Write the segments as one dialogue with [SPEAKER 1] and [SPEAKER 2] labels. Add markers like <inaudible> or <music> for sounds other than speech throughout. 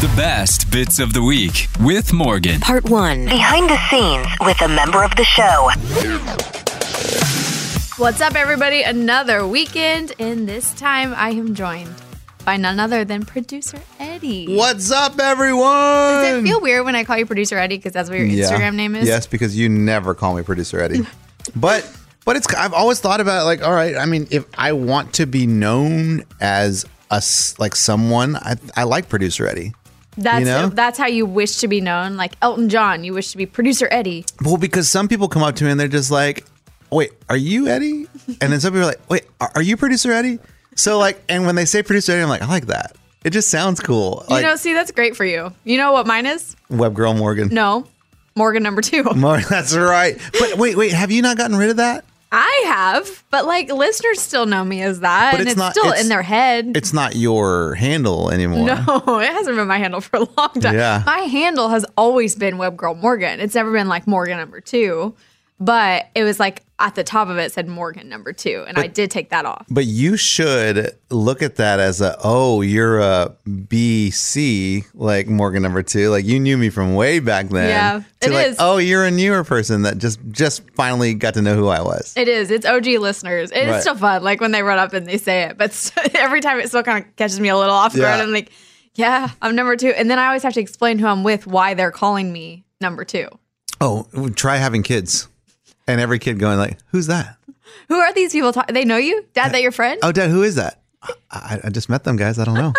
[SPEAKER 1] The best bits of the week with Morgan.
[SPEAKER 2] Part one
[SPEAKER 3] Behind the scenes with a member of the show.
[SPEAKER 4] What's up, everybody? Another weekend, and this time I am joined by none other than producer Eddie.
[SPEAKER 5] What's up, everyone?
[SPEAKER 4] Does it feel weird when I call you producer Eddie because that's what your Instagram name is?
[SPEAKER 5] Yes, because you never call me producer Eddie. but but it's I've always thought about like, all right, I mean, if I want to be known as us like someone, I I like producer Eddie.
[SPEAKER 4] That's
[SPEAKER 5] You know?
[SPEAKER 4] that's how you wish to be known. Like Elton John, you wish to be producer Eddie.
[SPEAKER 5] Well, because some people come up to me and they're just like, "Wait, are you Eddie?" And then some people are like, "Wait, are are you producer Eddie?" So like, and when they say producer Eddie, I'm like, I like that. It just sounds cool.
[SPEAKER 4] you
[SPEAKER 5] Like
[SPEAKER 4] know, see, that's great for you. You know what mine is?
[SPEAKER 5] Web Girl Morgan.
[SPEAKER 4] No, Morgan number two.
[SPEAKER 5] Morgan, <laughs> that's right. But wait, wait, have you not gotten rid of that?
[SPEAKER 4] I have, but like listeners still know me as that,
[SPEAKER 5] But
[SPEAKER 4] and
[SPEAKER 5] it's
[SPEAKER 4] it's,
[SPEAKER 5] not-
[SPEAKER 4] still
[SPEAKER 5] it's-
[SPEAKER 4] in their head.
[SPEAKER 5] It's not your handle anymore.
[SPEAKER 4] <laughs> No, it hasn't been my handle for a long time.
[SPEAKER 5] Yeah.
[SPEAKER 4] My handle has always been Web Girl Morgan. It's never been like Morgan number two, but it was like at the top of it said Morgan number two. And I did take that off.
[SPEAKER 5] But you should look at that as a oh, you're a BC like Morgan number two, like you knew me from way back then.
[SPEAKER 4] Yeah,
[SPEAKER 5] to
[SPEAKER 4] it
[SPEAKER 5] like,
[SPEAKER 4] is.
[SPEAKER 5] Oh, you're a newer person that just just finally got to know who I was.
[SPEAKER 4] It is. It's OG listeners. It's
[SPEAKER 5] Right.
[SPEAKER 4] still fun, like when they run up and they say it. But so, <laughs> every time it still kind of catches me a little off guard.
[SPEAKER 5] Yeah.
[SPEAKER 4] I'm like, yeah, I'm number two. And then I always have to explain who I'm with, why they're calling me number two.
[SPEAKER 5] Oh, try having kids, and every kid going like, who's that?
[SPEAKER 4] Who are these people? Talk- they know you, Dad. That your friend?
[SPEAKER 5] Oh, dad, who is that? I, I, I just met them, guys. I
[SPEAKER 4] <laughs>
[SPEAKER 5] don't know.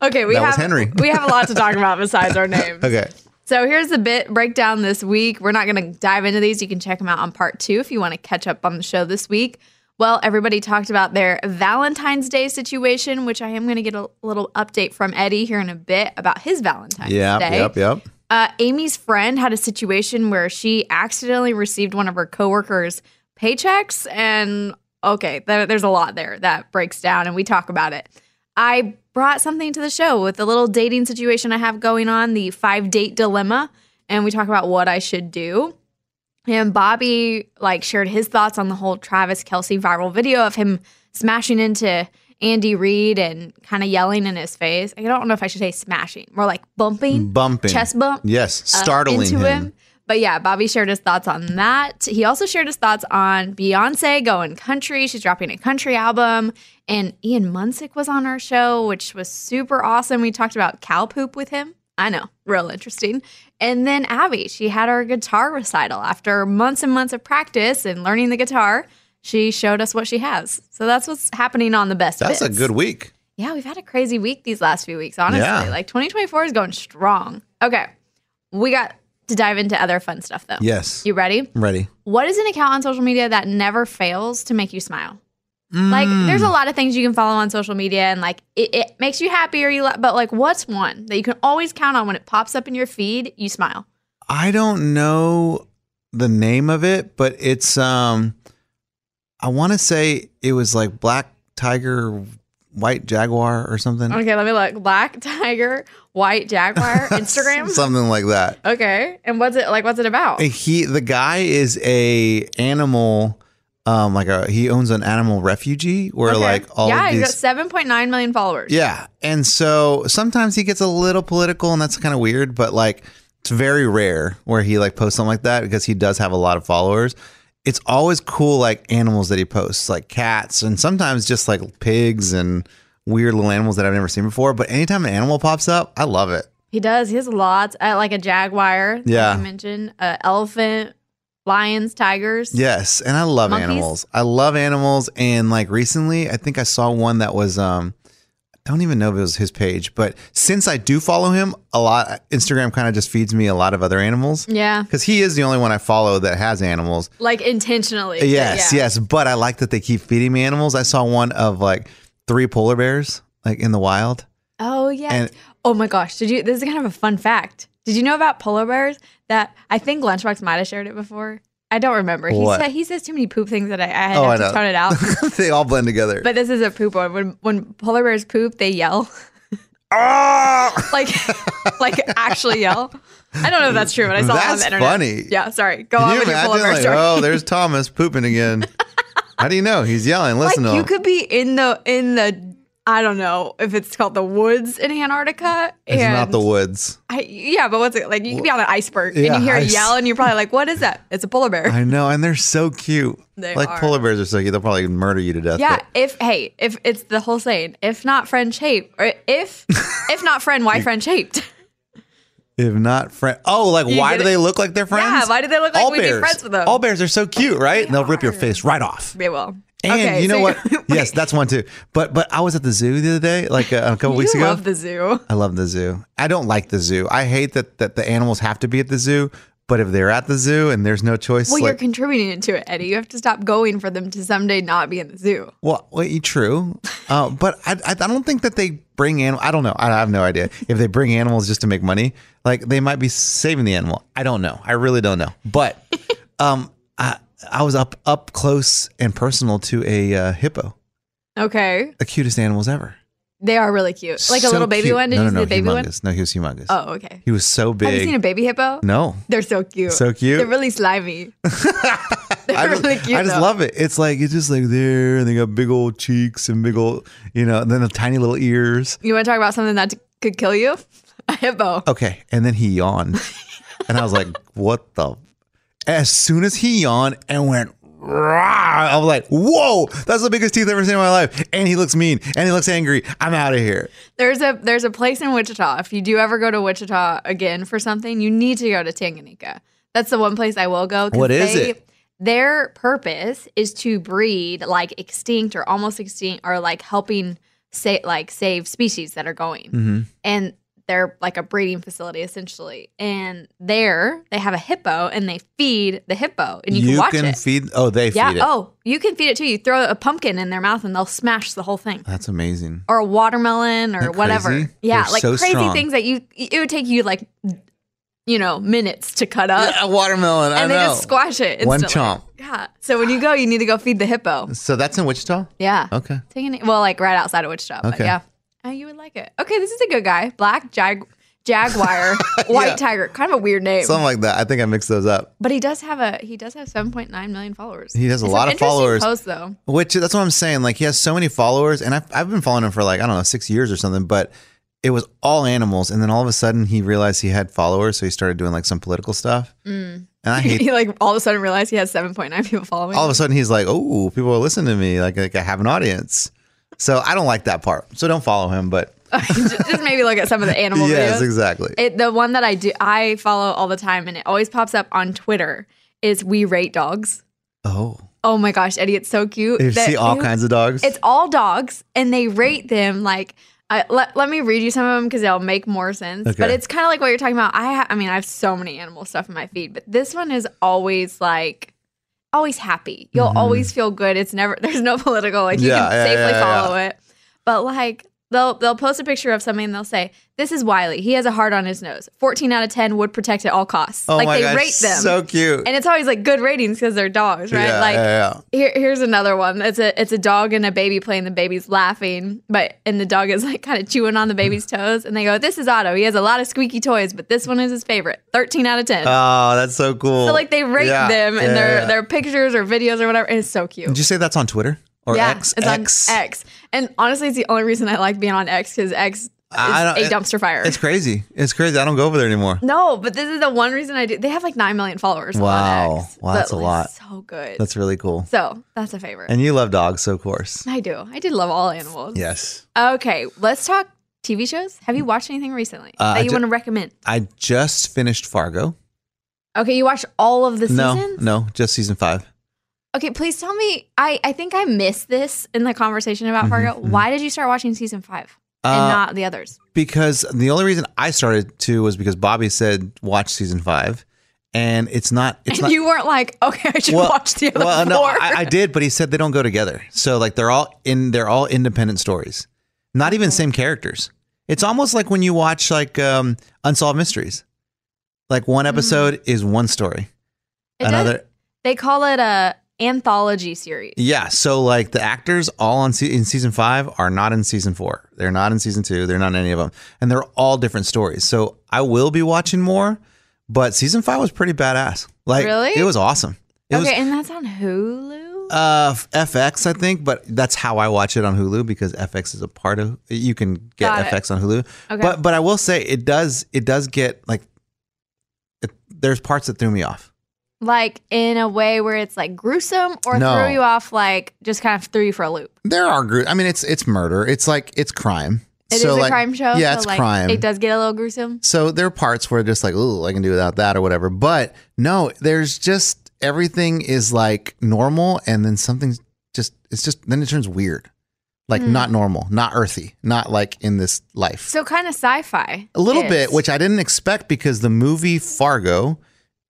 [SPEAKER 4] Okay, we
[SPEAKER 5] that was
[SPEAKER 4] have
[SPEAKER 5] Henry.
[SPEAKER 4] we have a lot to talk about besides
[SPEAKER 5] <laughs>
[SPEAKER 4] our names.
[SPEAKER 5] okay.
[SPEAKER 4] So here's the bit breakdown this week. We're not going to dive into these. You can check them out on part two if you want to catch up on the show this week. Well, everybody talked about their Valentine's Day situation, which I am going to get a little update from Eddie here in a bit about his Valentine's
[SPEAKER 5] Yep.
[SPEAKER 4] Day.
[SPEAKER 5] Yep. Yep.
[SPEAKER 4] Uh, Amy's friend had a situation where she accidentally received one of her coworkers' paychecks, and okay, there, there's a lot there that breaks down, and we talk about it. I brought something to the show with the little dating situation I have going on, the five date dilemma, and we talk about what I should do. And Bobby like shared his thoughts on the whole Travis Kelsey viral video of him smashing into Andy Reid and kind of yelling in his face. I don't know if I should say smashing, more like bumping,
[SPEAKER 5] Bumping.
[SPEAKER 4] chest bump
[SPEAKER 5] Yes.
[SPEAKER 4] uh,
[SPEAKER 5] Startling
[SPEAKER 4] into
[SPEAKER 5] him.
[SPEAKER 4] But yeah, Bobby shared his thoughts on that. He also shared his thoughts on Beyonce going country. She's dropping a country album. And Ian Munsick was on our show, which was super awesome. We talked about cow poop with him. I know, real interesting. And then Abby, she had her guitar recital after months and months of practice and learning the guitar. She showed us what she has. So that's what's happening on the best.
[SPEAKER 5] That's a
[SPEAKER 4] Bits.
[SPEAKER 5] good week.
[SPEAKER 4] Yeah, we've had a crazy week these last few weeks, honestly.
[SPEAKER 5] Yeah.
[SPEAKER 4] Like 2024 is going strong. Okay. We got to dive into other fun stuff though.
[SPEAKER 5] Yes.
[SPEAKER 4] You ready?
[SPEAKER 5] I'm ready?
[SPEAKER 4] What is an account on social media that never fails to make you smile? Like
[SPEAKER 5] Mm.
[SPEAKER 4] there's a lot of things you can follow on social media and like it, it makes you happy or you la- but like what's one that you can always count on when it pops up in your feed, you smile.
[SPEAKER 5] I don't know the name of it, but it's um I want to say it was like Black Tiger, White Jaguar or something. <laughs>
[SPEAKER 4] Okay, let me look. Black <laughs> tiger, white jaguar, Instagram.
[SPEAKER 5] something like that.
[SPEAKER 4] Okay, and what's it like? What's it about?
[SPEAKER 5] He the guy is a animal um like a he owns an animal refugee where
[SPEAKER 4] Okay.
[SPEAKER 5] like all
[SPEAKER 4] yeah,
[SPEAKER 5] of
[SPEAKER 4] he's
[SPEAKER 5] these
[SPEAKER 4] got seven point nine million followers.
[SPEAKER 5] Yeah. And so sometimes he gets a little political and that's kind of weird, but like it's very rare where he like posts something like that because he does have a lot of followers. It's always cool like animals that he posts, like cats and sometimes just like pigs and weird little animals that I've never seen before, but anytime an animal pops up, I love it.
[SPEAKER 4] he does. He has lots, uh, like a jaguar. that
[SPEAKER 5] Yeah.
[SPEAKER 4] you mentioned uh, elephant, lions, tigers.
[SPEAKER 5] Yes, and I love
[SPEAKER 4] Monkeys?
[SPEAKER 5] animals. I love animals, and like recently, I think I saw one that was um, I don't even know if it was his page, but since I do follow him a lot, Instagram kind of just feeds me a lot of other animals.
[SPEAKER 4] Yeah.
[SPEAKER 5] because he is the only one I follow that has animals.
[SPEAKER 4] like intentionally.
[SPEAKER 5] Uh, Yes,
[SPEAKER 4] yeah.
[SPEAKER 5] yes, but I like that they keep feeding me animals. I saw one of like three polar bears like in the wild. <laughs>
[SPEAKER 4] Oh yeah.
[SPEAKER 5] And-
[SPEAKER 4] oh my gosh. Did you this is kind of a fun fact. Did you know about polar bears that I think Lunchbox might have shared it before? I don't remember. He
[SPEAKER 5] What?
[SPEAKER 4] said he says too many poop things that I, I had
[SPEAKER 5] Oh, I
[SPEAKER 4] to
[SPEAKER 5] know.
[SPEAKER 4] tone it out.
[SPEAKER 5] <laughs> they all blend together.
[SPEAKER 4] but this is a poop one. When when polar bears poop, they yell.
[SPEAKER 5] Ah!
[SPEAKER 4] <laughs> Like like actually yell. I don't know if that's true, but I saw it on
[SPEAKER 5] That's
[SPEAKER 4] the internet.
[SPEAKER 5] funny.
[SPEAKER 4] Yeah, sorry. Go
[SPEAKER 5] Can
[SPEAKER 4] on
[SPEAKER 5] you
[SPEAKER 4] with your polar
[SPEAKER 5] imagine?
[SPEAKER 4] bear
[SPEAKER 5] Like,
[SPEAKER 4] story.
[SPEAKER 5] oh, there's Thomas pooping again. How do you know he's yelling?
[SPEAKER 4] <laughs>
[SPEAKER 5] Listen
[SPEAKER 4] like
[SPEAKER 5] to
[SPEAKER 4] you
[SPEAKER 5] him.
[SPEAKER 4] could be in the in the I don't know if it's called the woods in Antarctica.
[SPEAKER 5] It's not
[SPEAKER 4] and-
[SPEAKER 5] the woods.
[SPEAKER 4] I, yeah, but what's it like? You could be on an iceberg and
[SPEAKER 5] yeah,
[SPEAKER 4] you hear a
[SPEAKER 5] ice.
[SPEAKER 4] yell, and you're probably like, "What is that? It's a polar bear."
[SPEAKER 5] <laughs> I know, and they're so cute.
[SPEAKER 4] They
[SPEAKER 5] like
[SPEAKER 4] are.
[SPEAKER 5] polar bears are so cute. They'll probably murder you to death.
[SPEAKER 4] yeah.
[SPEAKER 5] but
[SPEAKER 4] If hey, if it's the whole saying, if not friend shaped, or if if not friend,
[SPEAKER 5] <laughs>
[SPEAKER 4] why friend shaped?
[SPEAKER 5] if not friend. Oh, like
[SPEAKER 4] You
[SPEAKER 5] why
[SPEAKER 4] get
[SPEAKER 5] do
[SPEAKER 4] it.
[SPEAKER 5] they look like they're friends?
[SPEAKER 4] why do they look like
[SPEAKER 5] All
[SPEAKER 4] we'd be
[SPEAKER 5] bears.
[SPEAKER 4] friends with them?
[SPEAKER 5] All bears are so cute, right? and they'll rip your face right off.
[SPEAKER 4] They will.
[SPEAKER 5] And
[SPEAKER 4] okay,
[SPEAKER 5] you know
[SPEAKER 4] so <laughs>
[SPEAKER 5] what?
[SPEAKER 4] you-
[SPEAKER 5] yes, that's one too. But but I was at the zoo the other day, like uh, a couple
[SPEAKER 4] you
[SPEAKER 5] weeks ago.
[SPEAKER 4] love the zoo.
[SPEAKER 5] I love the zoo. I don't like the zoo. I hate that that the animals have to be at the zoo. But if they're at the zoo and there's no choice,
[SPEAKER 4] Well, you're
[SPEAKER 5] like,
[SPEAKER 4] contributing to it, Eddie. You have to stop going for them to someday not be in the zoo.
[SPEAKER 5] Well, wait, you- true. Uh, but I, I I don't think that they bring animal. I don't know. I, I have no idea if they bring animals just to make money. Like they might be saving the animal. I don't know. I really don't know.
[SPEAKER 4] <laughs>
[SPEAKER 5] But um, I I was up up close and personal to a uh, hippo,
[SPEAKER 4] Okay,
[SPEAKER 5] the cutest animals ever.
[SPEAKER 4] they are really cute. Like a
[SPEAKER 5] So
[SPEAKER 4] little baby
[SPEAKER 5] cute.
[SPEAKER 4] one. Did
[SPEAKER 5] no,
[SPEAKER 4] you
[SPEAKER 5] no,
[SPEAKER 4] see
[SPEAKER 5] no,
[SPEAKER 4] the baby one?
[SPEAKER 5] humongous. No, he was humongous.
[SPEAKER 4] Oh, okay.
[SPEAKER 5] He was so big.
[SPEAKER 4] Have you seen a baby hippo?
[SPEAKER 5] no,
[SPEAKER 4] They're so cute.
[SPEAKER 5] So cute.
[SPEAKER 4] They're really
[SPEAKER 5] <laughs>
[SPEAKER 4] slimy. They're
[SPEAKER 5] I just,
[SPEAKER 4] really cute.
[SPEAKER 5] I just
[SPEAKER 4] though.
[SPEAKER 5] love it. It's like it's just like there, and they got big old cheeks and big old, you know, and then the tiny little ears.
[SPEAKER 4] You want to talk about something that t- could kill you? <laughs> A hippo.
[SPEAKER 5] Okay. And then
[SPEAKER 4] <laughs>
[SPEAKER 5] he yawned. and I was like, what the? As soon as he yawned and went, "Rah," I was like, whoa, that's the biggest teeth I've ever seen in my life. And he looks mean and he looks angry. I'm out of here.
[SPEAKER 4] There's a there's a place in Wichita. If you do ever go to Wichita again for something, you need to go to Tanganyika. That's the one place I will go. 'cause
[SPEAKER 5] What is it?
[SPEAKER 4] Their purpose is to breed like extinct or almost extinct or like helping say like save species that are going.
[SPEAKER 5] Mm-hmm.
[SPEAKER 4] And they're like a breeding facility essentially. And there they have a hippo and they feed the hippo and you, can watch it.
[SPEAKER 5] feed, oh, they
[SPEAKER 4] Yeah.
[SPEAKER 5] feed it.
[SPEAKER 4] Oh, you can feed it too. You throw a pumpkin in their mouth and they'll smash the whole thing.
[SPEAKER 5] That's amazing.
[SPEAKER 4] Or a watermelon or
[SPEAKER 5] Isn't that
[SPEAKER 4] whatever.
[SPEAKER 5] crazy?
[SPEAKER 4] Yeah,
[SPEAKER 5] They're
[SPEAKER 4] like
[SPEAKER 5] so
[SPEAKER 4] crazy
[SPEAKER 5] strong.
[SPEAKER 4] things that you it would take you like you know, minutes to cut up.
[SPEAKER 5] A watermelon. I
[SPEAKER 4] uh, and they
[SPEAKER 5] know.
[SPEAKER 4] just squash it. Instantly.
[SPEAKER 5] One chomp.
[SPEAKER 4] Yeah. So when you go, you need to go feed the hippo.
[SPEAKER 5] So that's in Wichita?
[SPEAKER 4] Yeah.
[SPEAKER 5] Okay.
[SPEAKER 4] Taking it, well, like right outside of Wichita. But
[SPEAKER 5] Okay.
[SPEAKER 4] yeah. Oh, you would like it. Okay, this is a good guy. Black jag
[SPEAKER 5] <laughs>
[SPEAKER 4] jaguar, white tiger. Kind of a weird name.
[SPEAKER 5] Something like that. I think I mixed those up.
[SPEAKER 4] but he does have a he does have 7.9 million followers.
[SPEAKER 5] He has a
[SPEAKER 4] Some
[SPEAKER 5] lot of
[SPEAKER 4] interesting
[SPEAKER 5] followers.
[SPEAKER 4] Posts, though.
[SPEAKER 5] Which that's what I'm saying. Like he has so many followers, and I've I've been following him for like I don't know six years or something. But it was all animals, and then all of a sudden he realized he had followers, so he started doing like some political stuff. Mm.
[SPEAKER 4] <laughs>
[SPEAKER 5] And I hate.
[SPEAKER 4] he like all of a sudden realized he has 7.9 people following.
[SPEAKER 5] all of
[SPEAKER 4] him.
[SPEAKER 5] a sudden he's like, oh, people are listening to me. Like, like I have an audience. So I don't like that part. So don't follow him. But
[SPEAKER 4] just, <laughs> just maybe look at some of the animal
[SPEAKER 5] <laughs> yes,
[SPEAKER 4] videos.
[SPEAKER 5] exactly.
[SPEAKER 4] It, the one that I do, I follow all the time, and it always pops up on Twitter. Is we rate dogs?
[SPEAKER 5] oh,
[SPEAKER 4] Oh my gosh, Eddie, it's so cute.
[SPEAKER 5] you
[SPEAKER 4] that-
[SPEAKER 5] see all kinds of dogs.
[SPEAKER 4] It's all dogs, and they rate them like. I, let, let me read you some of them because they'll make more sense. But
[SPEAKER 5] Okay.
[SPEAKER 4] it's kind of like what you're talking about. I ha- I mean, I have so many animal stuff in my feed, but this one is always like always happy. <laughs> You'll always feel good. It's never there's no political like you
[SPEAKER 5] Mm-hmm. Yeah,
[SPEAKER 4] can
[SPEAKER 5] yeah,
[SPEAKER 4] safely
[SPEAKER 5] yeah, yeah.
[SPEAKER 4] follow it. But like they'll they'll post a picture of something and they'll say, "This is Wiley. He has a heart on his nose. 14 out of 10 would protect at all costs."
[SPEAKER 5] Oh
[SPEAKER 4] like
[SPEAKER 5] my
[SPEAKER 4] they
[SPEAKER 5] gosh,
[SPEAKER 4] rate them.
[SPEAKER 5] so cute.
[SPEAKER 4] And it's always like good ratings because they're dogs, right?
[SPEAKER 5] Yeah,
[SPEAKER 4] like
[SPEAKER 5] yeah, yeah.
[SPEAKER 4] Here, here's another one. It's a it's a dog and a baby playing. The baby's laughing, but and the dog is like kind of chewing on the
[SPEAKER 5] <laughs>
[SPEAKER 4] baby's toes. And they go, "This is Otto. He has a lot of squeaky toys, but this one is his favorite. 13 out of 10."
[SPEAKER 5] Oh, that's so cool.
[SPEAKER 4] so like they rate
[SPEAKER 5] Yeah,
[SPEAKER 4] them and
[SPEAKER 5] yeah,
[SPEAKER 4] their
[SPEAKER 5] yeah.
[SPEAKER 4] their pictures or videos or whatever. And it's so cute.
[SPEAKER 5] Did you say that's on Twitter or
[SPEAKER 4] yeah,
[SPEAKER 5] X?
[SPEAKER 4] it's on X. And honestly, it's the only reason I like being on X because X is
[SPEAKER 5] I
[SPEAKER 4] a
[SPEAKER 5] don't-
[SPEAKER 4] dumpster fire.
[SPEAKER 5] It's crazy. It's crazy. I don't go over there anymore.
[SPEAKER 4] No, but this is the one reason I do. They have like nine million followers.
[SPEAKER 5] Wow.
[SPEAKER 4] on X,
[SPEAKER 5] Wow, that's
[SPEAKER 4] but,
[SPEAKER 5] a
[SPEAKER 4] like,
[SPEAKER 5] lot.
[SPEAKER 4] So good.
[SPEAKER 5] That's really cool.
[SPEAKER 4] so that's a favorite.
[SPEAKER 5] And you love dogs, so of course.
[SPEAKER 4] I do. I did love all animals.
[SPEAKER 5] Yes.
[SPEAKER 4] Okay, let's talk TV shows. Have you watched anything recently
[SPEAKER 5] Uh, I
[SPEAKER 4] that you
[SPEAKER 5] ju-
[SPEAKER 4] want to recommend?
[SPEAKER 5] I just finished Fargo.
[SPEAKER 4] Okay, you watched all of the
[SPEAKER 5] no,
[SPEAKER 4] seasons.
[SPEAKER 5] no, just season five.
[SPEAKER 4] Okay, please tell me. I I think I missed this in the conversation about
[SPEAKER 5] Mhm,
[SPEAKER 4] Fargo.
[SPEAKER 5] mhm.
[SPEAKER 4] Why did you start watching season five and
[SPEAKER 5] Uh,
[SPEAKER 4] not the others?
[SPEAKER 5] because the only reason I started to was because Bobby said watch season five, and it's not. It's
[SPEAKER 4] And
[SPEAKER 5] not.
[SPEAKER 4] you <laughs> weren't like, okay, I should watch the other
[SPEAKER 5] well,
[SPEAKER 4] four.
[SPEAKER 5] no, I, I did, but he said they don't go together. So like they're all in. They're all independent stories. Not even same characters. It's almost like when you watch like um, Unsolved Mysteries. Like one episode is one story.
[SPEAKER 4] Mm-hmm. It does-
[SPEAKER 5] another
[SPEAKER 4] They call it a anthology series.
[SPEAKER 5] Yeah, so like the actors all on se- in season five are not in season four. They're not in season two. They're not in any of them, and they're all different stories. So I will be watching more, but season five was pretty badass. Like,
[SPEAKER 4] Really?
[SPEAKER 5] it was awesome. It
[SPEAKER 4] okay, and that's on Hulu.
[SPEAKER 5] was uh, FX, I think, but that's how I watch it on Hulu because FX is a part of. You can get
[SPEAKER 4] Got it.
[SPEAKER 5] FX on Hulu,
[SPEAKER 4] Okay.
[SPEAKER 5] but but I will say it does it does get like it, there's parts that threw me off.
[SPEAKER 4] like in a way where it's like gruesome or
[SPEAKER 5] No.
[SPEAKER 4] threw you off, like just kind of threw you for a loop.
[SPEAKER 5] There are group. I mean, it's it's murder. It's like it's crime.
[SPEAKER 4] It is a crime show.
[SPEAKER 5] Yeah,
[SPEAKER 4] so,
[SPEAKER 5] it's
[SPEAKER 4] like,
[SPEAKER 5] crime.
[SPEAKER 4] It does get a little gruesome.
[SPEAKER 5] So there are parts where just like, ooh, I can do without that or whatever. But no, there's just everything is like normal, and then something's just it's just then it turns weird, like not normal, not earthy, not like in this life.
[SPEAKER 4] Hmm. So kind of sci-fi.
[SPEAKER 5] a little bit, which I didn't expect because the movie Fargo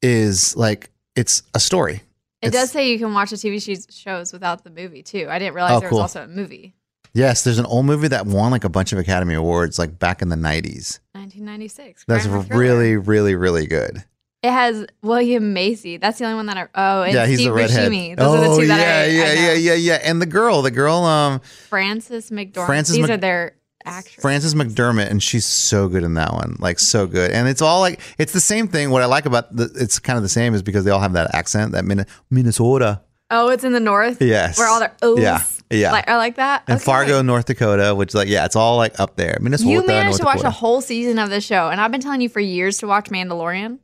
[SPEAKER 5] is like it's a story.
[SPEAKER 4] it
[SPEAKER 5] it's-
[SPEAKER 4] does say you can watch the TV sh- shows without the movie too. I didn't realize
[SPEAKER 5] Oh,
[SPEAKER 4] there
[SPEAKER 5] cool.
[SPEAKER 4] was also a movie.
[SPEAKER 5] Yes, there's an old movie that won like a bunch of Academy Awards like back in the '90s.
[SPEAKER 4] 1996.
[SPEAKER 5] That's
[SPEAKER 4] crime and thriller.
[SPEAKER 5] really, really, really good.
[SPEAKER 4] It has William Macy. That's the only one that I. Oh, and
[SPEAKER 5] yeah, he's
[SPEAKER 4] Steve
[SPEAKER 5] a redhead. Oh,
[SPEAKER 4] Buscemi. Those are the two that I,
[SPEAKER 5] yeah,
[SPEAKER 4] I know.
[SPEAKER 5] yeah, yeah, yeah, yeah. And the girl, the girl, um,
[SPEAKER 4] Francis McDormand.
[SPEAKER 5] Frances
[SPEAKER 4] These
[SPEAKER 5] Mc-
[SPEAKER 4] are their actors.
[SPEAKER 5] Frances McDermott, and she's so good in that one, like so
[SPEAKER 4] Mm-hmm.
[SPEAKER 5] good. And it's all like it's the same thing. What I like about the, it's kind of the same is because they all have that accent, that Min- Minnesota
[SPEAKER 4] oh, it's in the north.
[SPEAKER 5] Yes.
[SPEAKER 4] Where all their O's.
[SPEAKER 5] Yeah, yeah.
[SPEAKER 4] Like, are like that.
[SPEAKER 5] and
[SPEAKER 4] Okay.
[SPEAKER 5] Fargo, North Dakota, which like yeah, it's all like up there. Minnesota,
[SPEAKER 4] You managed
[SPEAKER 5] North
[SPEAKER 4] to watch
[SPEAKER 5] Dakota.
[SPEAKER 4] a whole season of this show, and I've been telling you for years to watch Mandalorian.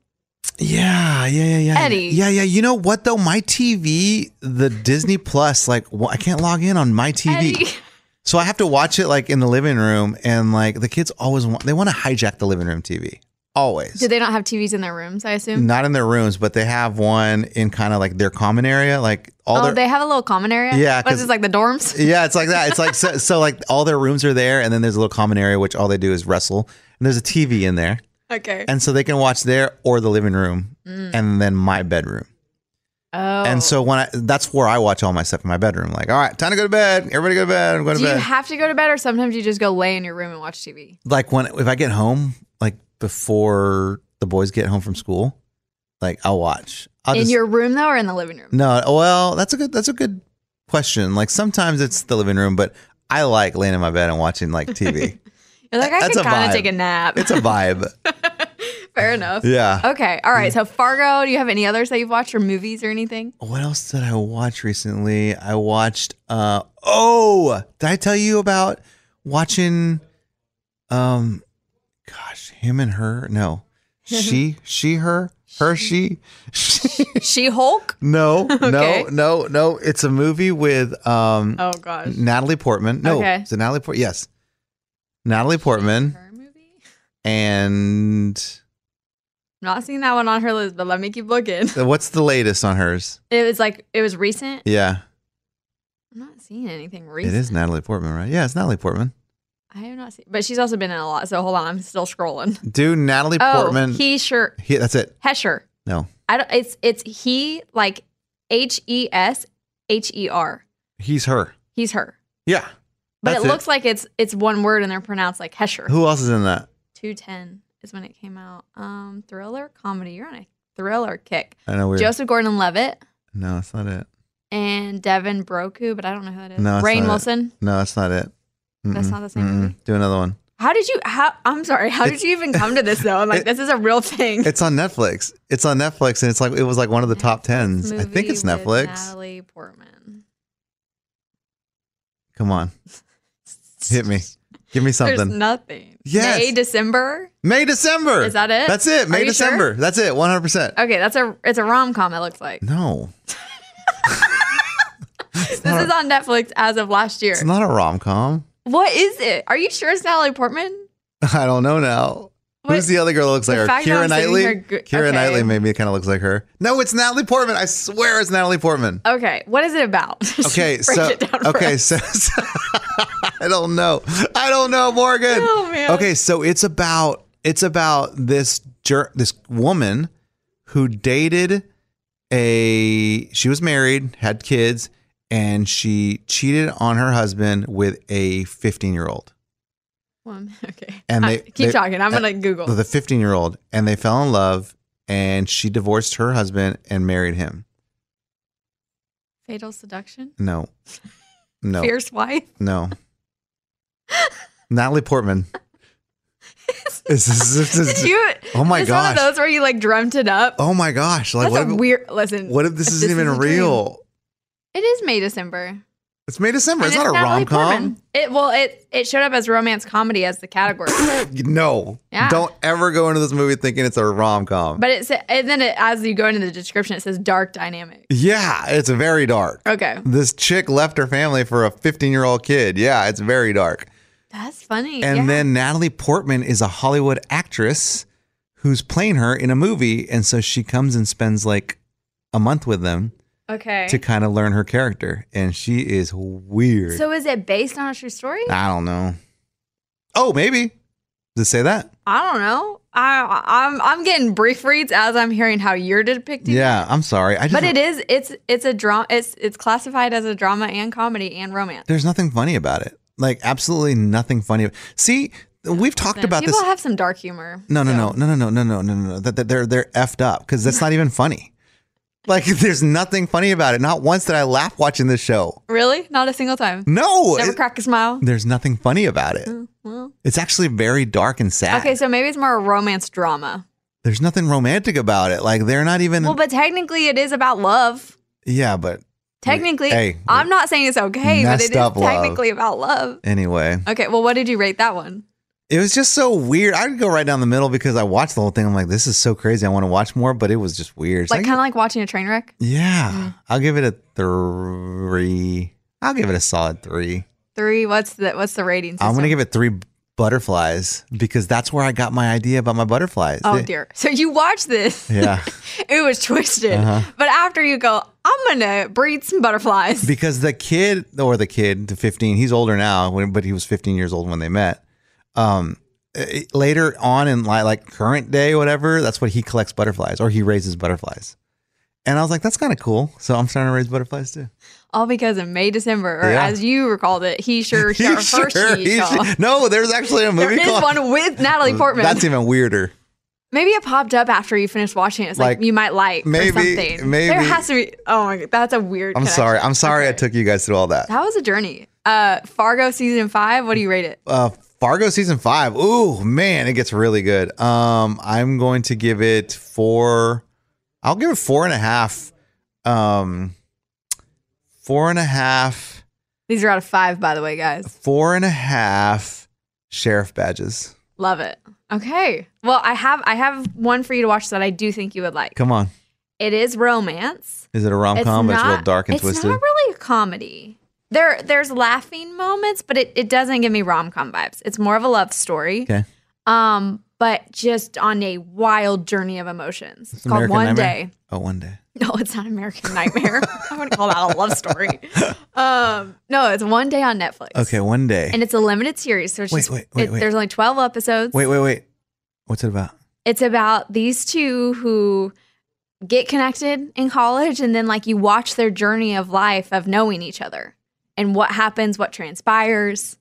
[SPEAKER 5] Yeah, yeah, yeah, yeah.
[SPEAKER 4] Eddie.
[SPEAKER 5] Yeah, yeah. You know what though? My TV, the Disney Plus, like wh- I can't log in on my TV.
[SPEAKER 4] Eddie.
[SPEAKER 5] So I have to watch it like in the living room, and like the kids always want they want to hijack the living room TV. Always.
[SPEAKER 4] Do they not have TVs in their rooms? I assume.
[SPEAKER 5] Not in their rooms, but they have one in kind of like their common area, like all
[SPEAKER 4] oh,
[SPEAKER 5] their.
[SPEAKER 4] they have a little common area.
[SPEAKER 5] Yeah,
[SPEAKER 4] What is
[SPEAKER 5] 'cause-
[SPEAKER 4] this like the dorms? <laughs>
[SPEAKER 5] yeah, it's like that. It's like so, so. Like all their rooms are there, and then there's a little common area which all they do is wrestle. And there's a TV in there,
[SPEAKER 4] Okay.
[SPEAKER 5] and so they can watch there or the living room, and then my bedroom.
[SPEAKER 4] Mm. oh.
[SPEAKER 5] And so when I, that's where I watch all my stuff in my bedroom. Like, all right, time to go to bed. Everybody go to bed. I'm going
[SPEAKER 4] do
[SPEAKER 5] to
[SPEAKER 4] you
[SPEAKER 5] bed.
[SPEAKER 4] have to go to bed, or sometimes you just go lay in your room and watch TV?
[SPEAKER 5] like when if I get home, like before the boys get home from school, like I'll watch. I'll
[SPEAKER 4] in
[SPEAKER 5] just,
[SPEAKER 4] your room though, or in the living room?
[SPEAKER 5] no, well, that's a good that's a good question. Like sometimes it's the living room, but I like laying in my bed and watching
[SPEAKER 4] <laughs>
[SPEAKER 5] like TV.
[SPEAKER 4] You're like, I
[SPEAKER 5] That's
[SPEAKER 4] could
[SPEAKER 5] a
[SPEAKER 4] kind
[SPEAKER 5] vibe.
[SPEAKER 4] of take a nap.
[SPEAKER 5] it's a vibe.
[SPEAKER 4] <laughs> Fair enough.
[SPEAKER 5] Yeah. Mm.
[SPEAKER 4] Okay. All right. So Fargo. Do you have any others that you've watched, or movies, or
[SPEAKER 5] <laughs>
[SPEAKER 4] anything?
[SPEAKER 5] What else did I watch recently? I watched uh oh, did I tell you about watching um gosh, him and her? No.
[SPEAKER 4] <laughs>
[SPEAKER 5] She, she, her, her, she.
[SPEAKER 4] She Hulk. <laughs>
[SPEAKER 5] No,
[SPEAKER 4] Okay.
[SPEAKER 5] no, no, no. It's a movie with um
[SPEAKER 4] Oh gosh.
[SPEAKER 5] Natalie Portman. No,
[SPEAKER 4] Okay.
[SPEAKER 5] is it Natalie Portman? Yes, Natalie Portman
[SPEAKER 4] Her movie.
[SPEAKER 5] and
[SPEAKER 4] Not seeing that one on her list, but let me keep looking. <laughs>
[SPEAKER 5] uh, what's the latest on hers?
[SPEAKER 4] It was like it was recent.
[SPEAKER 5] Yeah,
[SPEAKER 4] I'm not seeing anything
[SPEAKER 5] it
[SPEAKER 4] recent.
[SPEAKER 5] is Natalie Portman, right? Yeah, it's Natalie Portman.
[SPEAKER 4] I have not seen, but she's also been in a lot. So hold on, I'm still scrolling.
[SPEAKER 5] Dude, Natalie E Portman.
[SPEAKER 4] Oh, he sure
[SPEAKER 5] He- that's it.
[SPEAKER 4] Hesher.
[SPEAKER 5] No,
[SPEAKER 4] I don't. It's it's he like H E S H E R.
[SPEAKER 5] he's her.
[SPEAKER 4] He's her.
[SPEAKER 5] Yeah,
[SPEAKER 4] But
[SPEAKER 5] That's
[SPEAKER 4] it
[SPEAKER 5] it.
[SPEAKER 4] looks like it's it's one word and they're pronounced like Hesher.
[SPEAKER 5] Who else is in that?
[SPEAKER 4] 210 is when it came out. Um, thriller comedy. You're on a thriller kick.
[SPEAKER 5] I know we're
[SPEAKER 4] Joseph Gordon-Levitt
[SPEAKER 5] No, that's not it.
[SPEAKER 4] and Devin Broku, but I don't know who that is.
[SPEAKER 5] No, it's
[SPEAKER 4] Rain
[SPEAKER 5] not it.
[SPEAKER 4] Wilson.
[SPEAKER 5] No, that's not it.
[SPEAKER 4] That's
[SPEAKER 5] Mm-mm.
[SPEAKER 4] not the same
[SPEAKER 5] Mm-mm.
[SPEAKER 4] movie?
[SPEAKER 5] Do another one.
[SPEAKER 4] How did you? How I'm sorry. How did you even come to this though? I'm like,
[SPEAKER 5] <laughs> it-
[SPEAKER 4] this is a real thing.
[SPEAKER 5] It's on Netflix. It's on Netflix, and it's like it was like one of the top tens. I think
[SPEAKER 4] Movie
[SPEAKER 5] it's
[SPEAKER 4] with
[SPEAKER 5] Netflix.
[SPEAKER 4] Natalie Portman.
[SPEAKER 5] Come on, hit me. Give me
[SPEAKER 4] There's
[SPEAKER 5] something.
[SPEAKER 4] nothing.
[SPEAKER 5] Yes.
[SPEAKER 4] May December.
[SPEAKER 5] May December.
[SPEAKER 4] Is that it?
[SPEAKER 5] That's it.
[SPEAKER 4] Are
[SPEAKER 5] May
[SPEAKER 4] you sure?
[SPEAKER 5] December. That's it. One hundred percent.
[SPEAKER 4] Okay, that's a it's a rom com. It looks like
[SPEAKER 5] No,
[SPEAKER 4] this is on Netflix as of last year.
[SPEAKER 5] it's not a rom com.
[SPEAKER 4] what is it? Are you sure it's Natalie Portman?
[SPEAKER 5] <laughs> I don't know now.
[SPEAKER 4] What-
[SPEAKER 5] Who's the other girl that looks
[SPEAKER 4] The
[SPEAKER 5] like her?
[SPEAKER 4] fact that
[SPEAKER 5] Kira
[SPEAKER 4] I'm sitting
[SPEAKER 5] Knightley.
[SPEAKER 4] here go-
[SPEAKER 5] Kira
[SPEAKER 4] okay.
[SPEAKER 5] Knightley maybe kind of looks like her. No, it's Natalie Portman. I swear it's Natalie Portman.
[SPEAKER 4] Okay, what is it about? <laughs>
[SPEAKER 5] Okay,
[SPEAKER 4] Break
[SPEAKER 5] so
[SPEAKER 4] it down for
[SPEAKER 5] okay,
[SPEAKER 4] us.
[SPEAKER 5] so, <laughs> so- I don't know. I don't know, Morgan.
[SPEAKER 4] Oh, man.
[SPEAKER 5] Okay, so it's about it's about this jer- this woman who dated a she was married, had kids, and she cheated on her husband with a 15-year-old.
[SPEAKER 4] One- okay,
[SPEAKER 5] And
[SPEAKER 4] I-
[SPEAKER 5] they
[SPEAKER 4] keep
[SPEAKER 5] they-
[SPEAKER 4] talking. I'm
[SPEAKER 5] uh,
[SPEAKER 4] gonna Google.
[SPEAKER 5] the 15-year-old and they fell in love and she divorced her husband and married him.
[SPEAKER 4] Fatal Seduction.
[SPEAKER 5] No.
[SPEAKER 4] <laughs>
[SPEAKER 5] No.
[SPEAKER 4] Fierce
[SPEAKER 5] <laughs>
[SPEAKER 4] Wife.
[SPEAKER 5] No. Natalie Portman. <laughs> Is this- this- this-
[SPEAKER 4] Did you?
[SPEAKER 5] oh my
[SPEAKER 4] is this One of
[SPEAKER 5] gosh.
[SPEAKER 4] those where you like dreamt it up.
[SPEAKER 5] oh my gosh. Like
[SPEAKER 4] That's
[SPEAKER 5] what
[SPEAKER 4] a
[SPEAKER 5] if,
[SPEAKER 4] weird. Listen.
[SPEAKER 5] what if this isn't
[SPEAKER 4] is
[SPEAKER 5] even
[SPEAKER 4] a dream.
[SPEAKER 5] real?
[SPEAKER 4] It is May December.
[SPEAKER 5] It's May December.
[SPEAKER 4] And
[SPEAKER 5] It's not a
[SPEAKER 4] Natalie
[SPEAKER 5] rom com.
[SPEAKER 4] Portman. It well, it it showed up as romance comedy as the category, <coughs>
[SPEAKER 5] No.
[SPEAKER 4] Yeah.
[SPEAKER 5] Don't ever go into this movie thinking it's a rom com.
[SPEAKER 4] but it's and then it, as you go into the description, it says dark dynamic.
[SPEAKER 5] Yeah, it's very dark.
[SPEAKER 4] Okay,
[SPEAKER 5] This chick left her family for a 15 year old kid. Yeah, it's very dark.
[SPEAKER 4] that's funny.
[SPEAKER 5] And
[SPEAKER 4] yeah.
[SPEAKER 5] then Natalie Portman is a Hollywood actress who's playing her in a movie. And so she comes and spends like a month with them.
[SPEAKER 4] okay,
[SPEAKER 5] to kind of learn her character, and she is weird.
[SPEAKER 4] so is it based on a true story?
[SPEAKER 5] I don't know. Oh, maybe. Just say that.
[SPEAKER 4] I don't know. I I'm I'm getting brief reads as I'm hearing how you're depicting. it.
[SPEAKER 5] Yeah, I'm sorry. I just,
[SPEAKER 4] But it is it's it's a drama. It's it's classified as a drama and comedy and romance.
[SPEAKER 5] There's nothing funny about it. Like absolutely nothing funny. See, we've talked about
[SPEAKER 4] People
[SPEAKER 5] this.
[SPEAKER 4] have some dark humor.
[SPEAKER 5] no, no,
[SPEAKER 4] so.
[SPEAKER 5] no, no, no, no, no, no, no, no, no. That that they're they're effed up because that's not even funny. Like <laughs> there's nothing funny about it. Not once did I laugh watching this show.
[SPEAKER 4] Really? Not a single time.
[SPEAKER 5] No,
[SPEAKER 4] Never
[SPEAKER 5] it-
[SPEAKER 4] crack a smile.
[SPEAKER 5] there's nothing funny about it.
[SPEAKER 4] well.
[SPEAKER 5] It's actually very dark and sad.
[SPEAKER 4] Okay, so maybe it's more a romance drama.
[SPEAKER 5] there's nothing romantic about it. Like they're not even.
[SPEAKER 4] Well, but technically it is about love.
[SPEAKER 5] yeah, but
[SPEAKER 4] Technically,
[SPEAKER 5] Hey,
[SPEAKER 4] I'm not saying it's okay, but it
[SPEAKER 5] messed
[SPEAKER 4] is
[SPEAKER 5] up love.
[SPEAKER 4] technically about love.
[SPEAKER 5] Anyway,
[SPEAKER 4] Okay, well, what did you rate that one?
[SPEAKER 5] it was just so weird. I'd go right down the middle because I watched the whole thing. I'm like, this is so crazy. I want to watch more, but it was just weird. So
[SPEAKER 4] Like Mm.
[SPEAKER 5] I-
[SPEAKER 4] kind of like watching a train wreck.
[SPEAKER 5] yeah, I'll give it a three. I'll give it a solid three.
[SPEAKER 4] Three. What's the what's the rating? System?
[SPEAKER 5] I'm gonna give it three butterflies because that's where I got my idea about my butterflies.
[SPEAKER 4] Oh
[SPEAKER 5] They-
[SPEAKER 4] dear. So you watch this.
[SPEAKER 5] Yeah,
[SPEAKER 4] <laughs>
[SPEAKER 5] Uh-huh.
[SPEAKER 4] It was twisted. But after you go, I'm gonna breed some butterflies.
[SPEAKER 5] because the kid or the kid, the 15, he's older now, when- but he was 15 years old when they met. Um, it- later on in like, like current day, whatever, that's what he collects butterflies or he raises butterflies. And I was like, that's kind of cool. So I'm starting to raise butterflies too.
[SPEAKER 4] All because in May December, or
[SPEAKER 5] Yeah.
[SPEAKER 4] as you recalled it, he sure
[SPEAKER 5] <laughs> He
[SPEAKER 4] shall- her
[SPEAKER 5] sure-
[SPEAKER 4] she
[SPEAKER 5] he
[SPEAKER 4] shall.
[SPEAKER 5] sure- no, there's actually a
[SPEAKER 4] <laughs> There
[SPEAKER 5] movie
[SPEAKER 4] is
[SPEAKER 5] called
[SPEAKER 4] one with Natalie Portman.
[SPEAKER 5] That's even weirder.
[SPEAKER 4] Maybe it popped up after you finished watching it. It's like,
[SPEAKER 5] Like,
[SPEAKER 4] you might like
[SPEAKER 5] maybe-
[SPEAKER 4] or something.
[SPEAKER 5] maybe.
[SPEAKER 4] there has to be. Oh my god, that's a weird.
[SPEAKER 5] I'm
[SPEAKER 4] connection.
[SPEAKER 5] sorry. I'm sorry I
[SPEAKER 4] Okay.
[SPEAKER 5] took you guys through all that.
[SPEAKER 4] That was a journey. Uh, Fargo season five. What do you rate it?
[SPEAKER 5] uh Fargo season five. Ooh, man, it gets really good. Um, I'm going to give it four. I'll give it four and a half. Um, four and a half.
[SPEAKER 4] These are out of five, by the way, guys.
[SPEAKER 5] Four and a half sheriff badges.
[SPEAKER 4] Love it. Okay. Well, I have I have one for you to watch that I do think you would like.
[SPEAKER 5] Come on,
[SPEAKER 4] It is romance.
[SPEAKER 5] is it a rom com? It's real dark and
[SPEAKER 4] it's
[SPEAKER 5] twisted.
[SPEAKER 4] not really a comedy. There there's laughing moments, but it, it doesn't give me rom com vibes. It's more of a love story.
[SPEAKER 5] Okay.
[SPEAKER 4] Um, but just on a wild journey of emotions. It's,
[SPEAKER 5] It's
[SPEAKER 4] called
[SPEAKER 5] American
[SPEAKER 4] One
[SPEAKER 5] Nightmare?
[SPEAKER 4] Day. <laughs>
[SPEAKER 5] Oh, one day.
[SPEAKER 4] No, it's not American Nightmare. <laughs> I wouldn't call that a love story. Um, no, it's One Day on Netflix.
[SPEAKER 5] Okay, one day.
[SPEAKER 4] And it's a limited series. So it's
[SPEAKER 5] Wait,
[SPEAKER 4] just,
[SPEAKER 5] wait, wait,
[SPEAKER 4] it-
[SPEAKER 5] wait.
[SPEAKER 4] there's only 12 episodes.
[SPEAKER 5] wait, wait, wait. What's it about?
[SPEAKER 4] It's about these two who get connected in college and then like you watch their journey of life of knowing each other. and what happens, what transpires.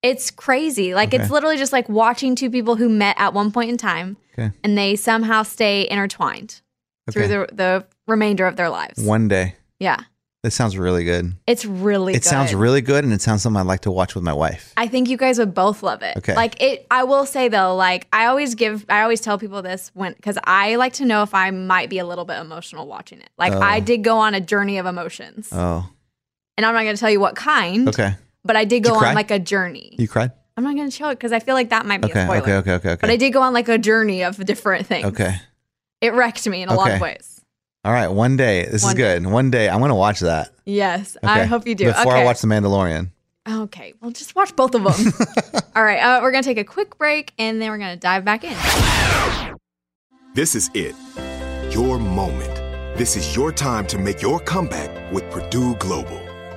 [SPEAKER 4] It's crazy. Like it's
[SPEAKER 5] Okay.
[SPEAKER 4] literally just like watching two people who met at one point in time
[SPEAKER 5] Okay.
[SPEAKER 4] and they somehow stay intertwined
[SPEAKER 5] Okay.
[SPEAKER 4] through the the remainder of their lives.
[SPEAKER 5] One day.
[SPEAKER 4] Yeah.
[SPEAKER 5] This sounds really good.
[SPEAKER 4] It's really
[SPEAKER 5] it sounds
[SPEAKER 4] good.
[SPEAKER 5] really good, and it sounds something I'd like to watch with my wife.
[SPEAKER 4] I think you guys would both love it.
[SPEAKER 5] Okay.
[SPEAKER 4] Like it I will say though, like I always give I always tell people this when cuz I like to know if I might be a little bit emotional watching it. Like
[SPEAKER 5] Oh.
[SPEAKER 4] I did go on a journey of emotions.
[SPEAKER 5] Oh,
[SPEAKER 4] And I'm not going to tell you what kind,
[SPEAKER 5] okay.
[SPEAKER 4] but I did
[SPEAKER 5] Did you
[SPEAKER 4] go
[SPEAKER 5] cry?
[SPEAKER 4] on like a journey.
[SPEAKER 5] You cried?
[SPEAKER 4] I'm not going to show it cuz I feel like that might be a
[SPEAKER 5] Okay,
[SPEAKER 4] spoiler.
[SPEAKER 5] okay, okay, okay, okay.
[SPEAKER 4] But I did go on like a journey of different things.
[SPEAKER 5] Okay.
[SPEAKER 4] It wrecked me in a lot of
[SPEAKER 5] Okay.
[SPEAKER 4] ways.
[SPEAKER 5] All right. One day. This is
[SPEAKER 4] One day.
[SPEAKER 5] good. One day. I'm going to watch that.
[SPEAKER 4] Yes. I
[SPEAKER 5] Okay.
[SPEAKER 4] hope you do.
[SPEAKER 5] Before
[SPEAKER 4] okay.
[SPEAKER 5] I watch The Mandalorian.
[SPEAKER 4] Okay, well, just watch both of them.
[SPEAKER 5] <laughs>
[SPEAKER 4] All right, uh, we're going to take a quick break and then we're going to dive back in.
[SPEAKER 6] This is it. Your moment. This is your time to make your comeback with Purdue Global.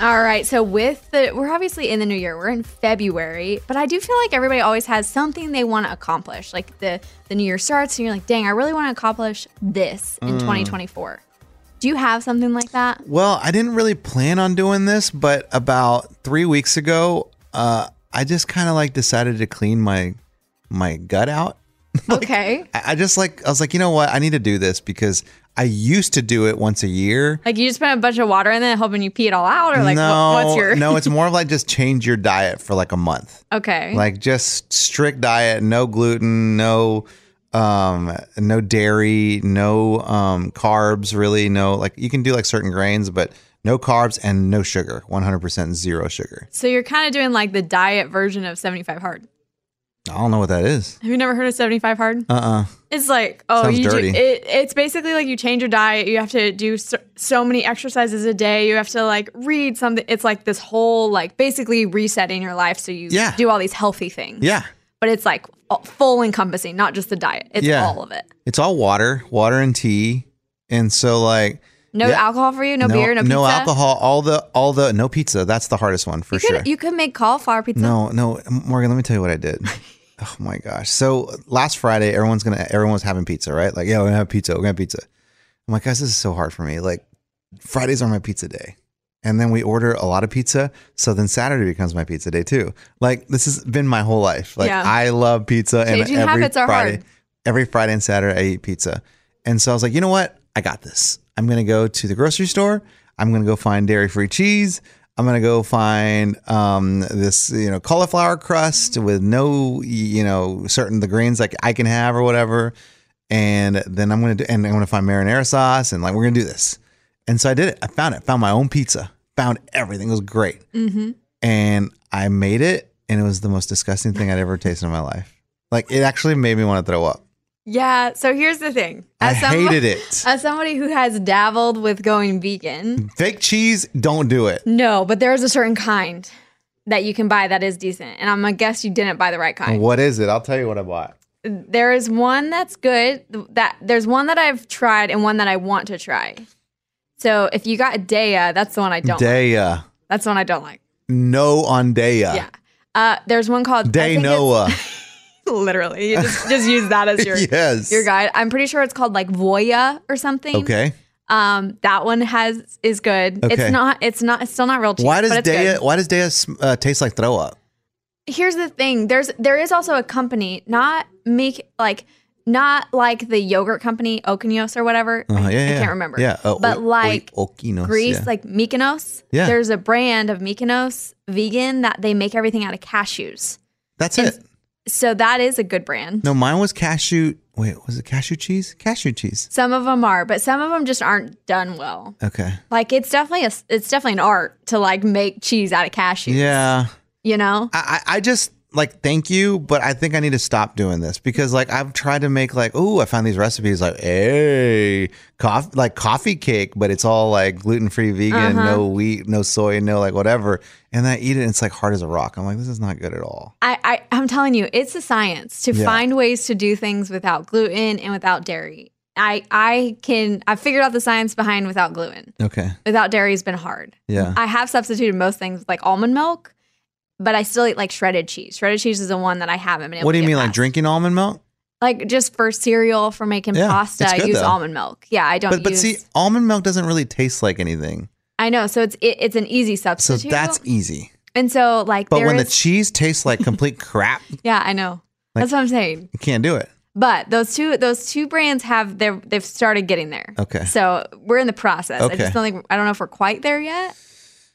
[SPEAKER 4] All right, so with the, we're obviously in the new year, we're in February, but I do feel like everybody always has something they want to accomplish. Like the, the new year starts and you're like, dang, I really want to accomplish this
[SPEAKER 5] Hmm.
[SPEAKER 4] in 2024. Do you have something like
[SPEAKER 5] <laughs>
[SPEAKER 4] that?
[SPEAKER 5] Well, I didn't really plan on doing this, but about three weeks ago, uh, I just kind of like decided to clean my my gut out.
[SPEAKER 4] Okay.
[SPEAKER 5] I, I just like I was like, you know what? I need to do this because I used to do it once a year.
[SPEAKER 4] Like you just put a bunch of water in it, hoping you pee it all out, or like
[SPEAKER 5] no,
[SPEAKER 4] what, what's your
[SPEAKER 5] no, it's more of like just change your diet for like a month.
[SPEAKER 4] <laughs> okay?
[SPEAKER 5] <laughs> like just strict diet no gluten no um no dairy no um carbs really no like you can do like certain grains but no carbs and no sugar 100% zero sugar
[SPEAKER 4] so you're kind of doing like the diet version of 75 hard.
[SPEAKER 5] i don't know what that is
[SPEAKER 4] Have you never heard of 75 hard?
[SPEAKER 5] uh-uh
[SPEAKER 4] It's like oh,
[SPEAKER 5] Sounds
[SPEAKER 4] you
[SPEAKER 5] dirty.
[SPEAKER 4] do it. It's basically like you change your diet. You have to do so, so many exercises a day. You have to like read something. It's like this whole like basically resetting your life so you
[SPEAKER 5] Yeah.
[SPEAKER 4] do all these healthy things.
[SPEAKER 5] yeah
[SPEAKER 4] but it's like all- full encompassing, not just the diet. It's
[SPEAKER 5] Yeah.
[SPEAKER 4] all of it.
[SPEAKER 5] it's all water water and tea and so like
[SPEAKER 4] No
[SPEAKER 5] Yeah.
[SPEAKER 4] alcohol for you. No, beer. No, pizza.
[SPEAKER 5] No alcohol. All the all the no pizza. That's the hardest one for
[SPEAKER 4] You
[SPEAKER 5] sure.
[SPEAKER 4] could you could make cauliflower pizza.
[SPEAKER 5] No, no, Morgan, let me tell you what I
[SPEAKER 4] <laughs>
[SPEAKER 5] did. oh my gosh. So last Friday, everyone's gonna everyone's having pizza, right? Like, yeah, we're gonna have pizza, we're gonna have pizza. I'm like, guys, this is so hard for me. Like, Fridays are my pizza day. And then we order a lot of pizza. So then Saturday becomes my pizza day too. Like this has been my whole life. Like
[SPEAKER 4] Yeah.
[SPEAKER 5] I love pizza
[SPEAKER 4] Changing
[SPEAKER 5] and every
[SPEAKER 4] habits are
[SPEAKER 5] Friday,
[SPEAKER 4] hard.
[SPEAKER 5] every Friday and Saturday I eat pizza. And so I was like, you know what? I got this. I'm gonna go to the grocery store. I'm gonna go find dairy free cheese. I'm gonna go find um, this, you know, cauliflower crust
[SPEAKER 4] Mm-hmm.
[SPEAKER 5] with no, you know, certain the grains like I can have or whatever. And then I'm gonna do, and I'm gonna find marinara sauce and like we're gonna do this. And so I did it. I found it. Found my own pizza. Found everything. It was great.
[SPEAKER 4] Mm-hmm.
[SPEAKER 5] And I made it, and it was the most disgusting thing I'd ever tasted in my life. Like it actually made me want to throw up.
[SPEAKER 4] Yeah. So here's the thing.
[SPEAKER 5] I hated it.
[SPEAKER 4] <laughs> As somebody who has dabbled with going vegan,
[SPEAKER 5] Fake cheese, don't do it.
[SPEAKER 4] no, but there is a certain kind that you can buy that is decent, and I'm gonna guess you didn't buy the right kind.
[SPEAKER 5] What is it? I'll tell you what I bought.
[SPEAKER 4] There is one that's good. th- That there's one that I've tried and one that I want to try. So if you got Daya, that's the one I don't. like.
[SPEAKER 5] Daya.
[SPEAKER 4] That's the one I don't like.
[SPEAKER 5] No on Daya.
[SPEAKER 4] Yeah. Uh, there's one called I
[SPEAKER 5] Day
[SPEAKER 4] think it's-
[SPEAKER 5] Noah.
[SPEAKER 4] <laughs> Literally, you just, just use that as your
[SPEAKER 5] <laughs> Yes.
[SPEAKER 4] your guide. I'm pretty sure it's called like Voya or something.
[SPEAKER 5] Okay.
[SPEAKER 4] Um, that one has is good.
[SPEAKER 5] Okay.
[SPEAKER 4] It's not. It's not. It's still not real cheese.
[SPEAKER 5] Why does
[SPEAKER 4] but it's
[SPEAKER 5] Daya?
[SPEAKER 4] good.
[SPEAKER 5] Why does Daya sm- uh, taste like throw up?
[SPEAKER 4] Here's the thing. There's there is also a company not make like not like the yogurt company Okinos or whatever.
[SPEAKER 5] Uh-huh,
[SPEAKER 4] I,
[SPEAKER 5] yeah,
[SPEAKER 4] I
[SPEAKER 5] yeah.
[SPEAKER 4] can't remember.
[SPEAKER 5] Yeah, uh,
[SPEAKER 4] but
[SPEAKER 5] Oi-
[SPEAKER 4] like
[SPEAKER 5] Oi- Okinos,
[SPEAKER 4] Greece,
[SPEAKER 5] yeah.
[SPEAKER 4] like Mykonos.
[SPEAKER 5] Yeah.
[SPEAKER 4] There's a brand of Mykonos vegan that they make everything out of cashews.
[SPEAKER 5] That's it.
[SPEAKER 4] So that is a good brand.
[SPEAKER 5] No, mine was cashew. Wait, was it cashew cheese? Cashew cheese.
[SPEAKER 4] Some of them are, but some of them just aren't done well.
[SPEAKER 5] Okay.
[SPEAKER 4] Like it's definitely a, it's definitely an art to like make cheese out of cashews.
[SPEAKER 5] Yeah.
[SPEAKER 4] You know?
[SPEAKER 5] I, I I just like thank you, but I think I need to stop doing this because like I've tried to make like oh I found these recipes like hey coffee like coffee cake, but it's all like gluten free, vegan,
[SPEAKER 4] Uh-huh.
[SPEAKER 5] no wheat, no soy, no like whatever, and then I eat it and it's like hard as a rock. I'm like this is not good at all.
[SPEAKER 4] I, I I'm telling you, it's a science to
[SPEAKER 5] Yeah.
[SPEAKER 4] find ways to do things without gluten and without dairy. I I can I figured out the science behind without gluten.
[SPEAKER 5] Okay,
[SPEAKER 4] Without dairy has been hard.
[SPEAKER 5] yeah,
[SPEAKER 4] I have substituted most things with, like almond milk, but I still eat like shredded cheese. Shredded cheese is the one that I haven't been able
[SPEAKER 5] what do
[SPEAKER 4] to
[SPEAKER 5] you
[SPEAKER 4] get
[SPEAKER 5] mean like
[SPEAKER 4] past.
[SPEAKER 5] drinking almond milk?
[SPEAKER 4] Like just for cereal for making
[SPEAKER 5] Yeah,
[SPEAKER 4] pasta,
[SPEAKER 5] it's
[SPEAKER 4] I
[SPEAKER 5] good,
[SPEAKER 4] use
[SPEAKER 5] though.
[SPEAKER 4] almond milk. Yeah, I don't
[SPEAKER 5] But but
[SPEAKER 4] use
[SPEAKER 5] see almond milk doesn't really taste like anything,
[SPEAKER 4] I know. So it's it, it's an easy
[SPEAKER 5] so
[SPEAKER 4] substitute.
[SPEAKER 5] that's easy.
[SPEAKER 4] and so like
[SPEAKER 5] But
[SPEAKER 4] there
[SPEAKER 5] when the
[SPEAKER 4] is-
[SPEAKER 5] cheese tastes like
[SPEAKER 4] <laughs>
[SPEAKER 5] complete crap,
[SPEAKER 4] yeah, I know.
[SPEAKER 5] Like-
[SPEAKER 4] that's what I'm saying.
[SPEAKER 5] you can't do it.
[SPEAKER 4] But those two those two brands have they've they've started getting there.
[SPEAKER 5] Okay.
[SPEAKER 4] So we're in the process. I
[SPEAKER 5] Okay.
[SPEAKER 4] just don't think I don't know if we're quite there yet.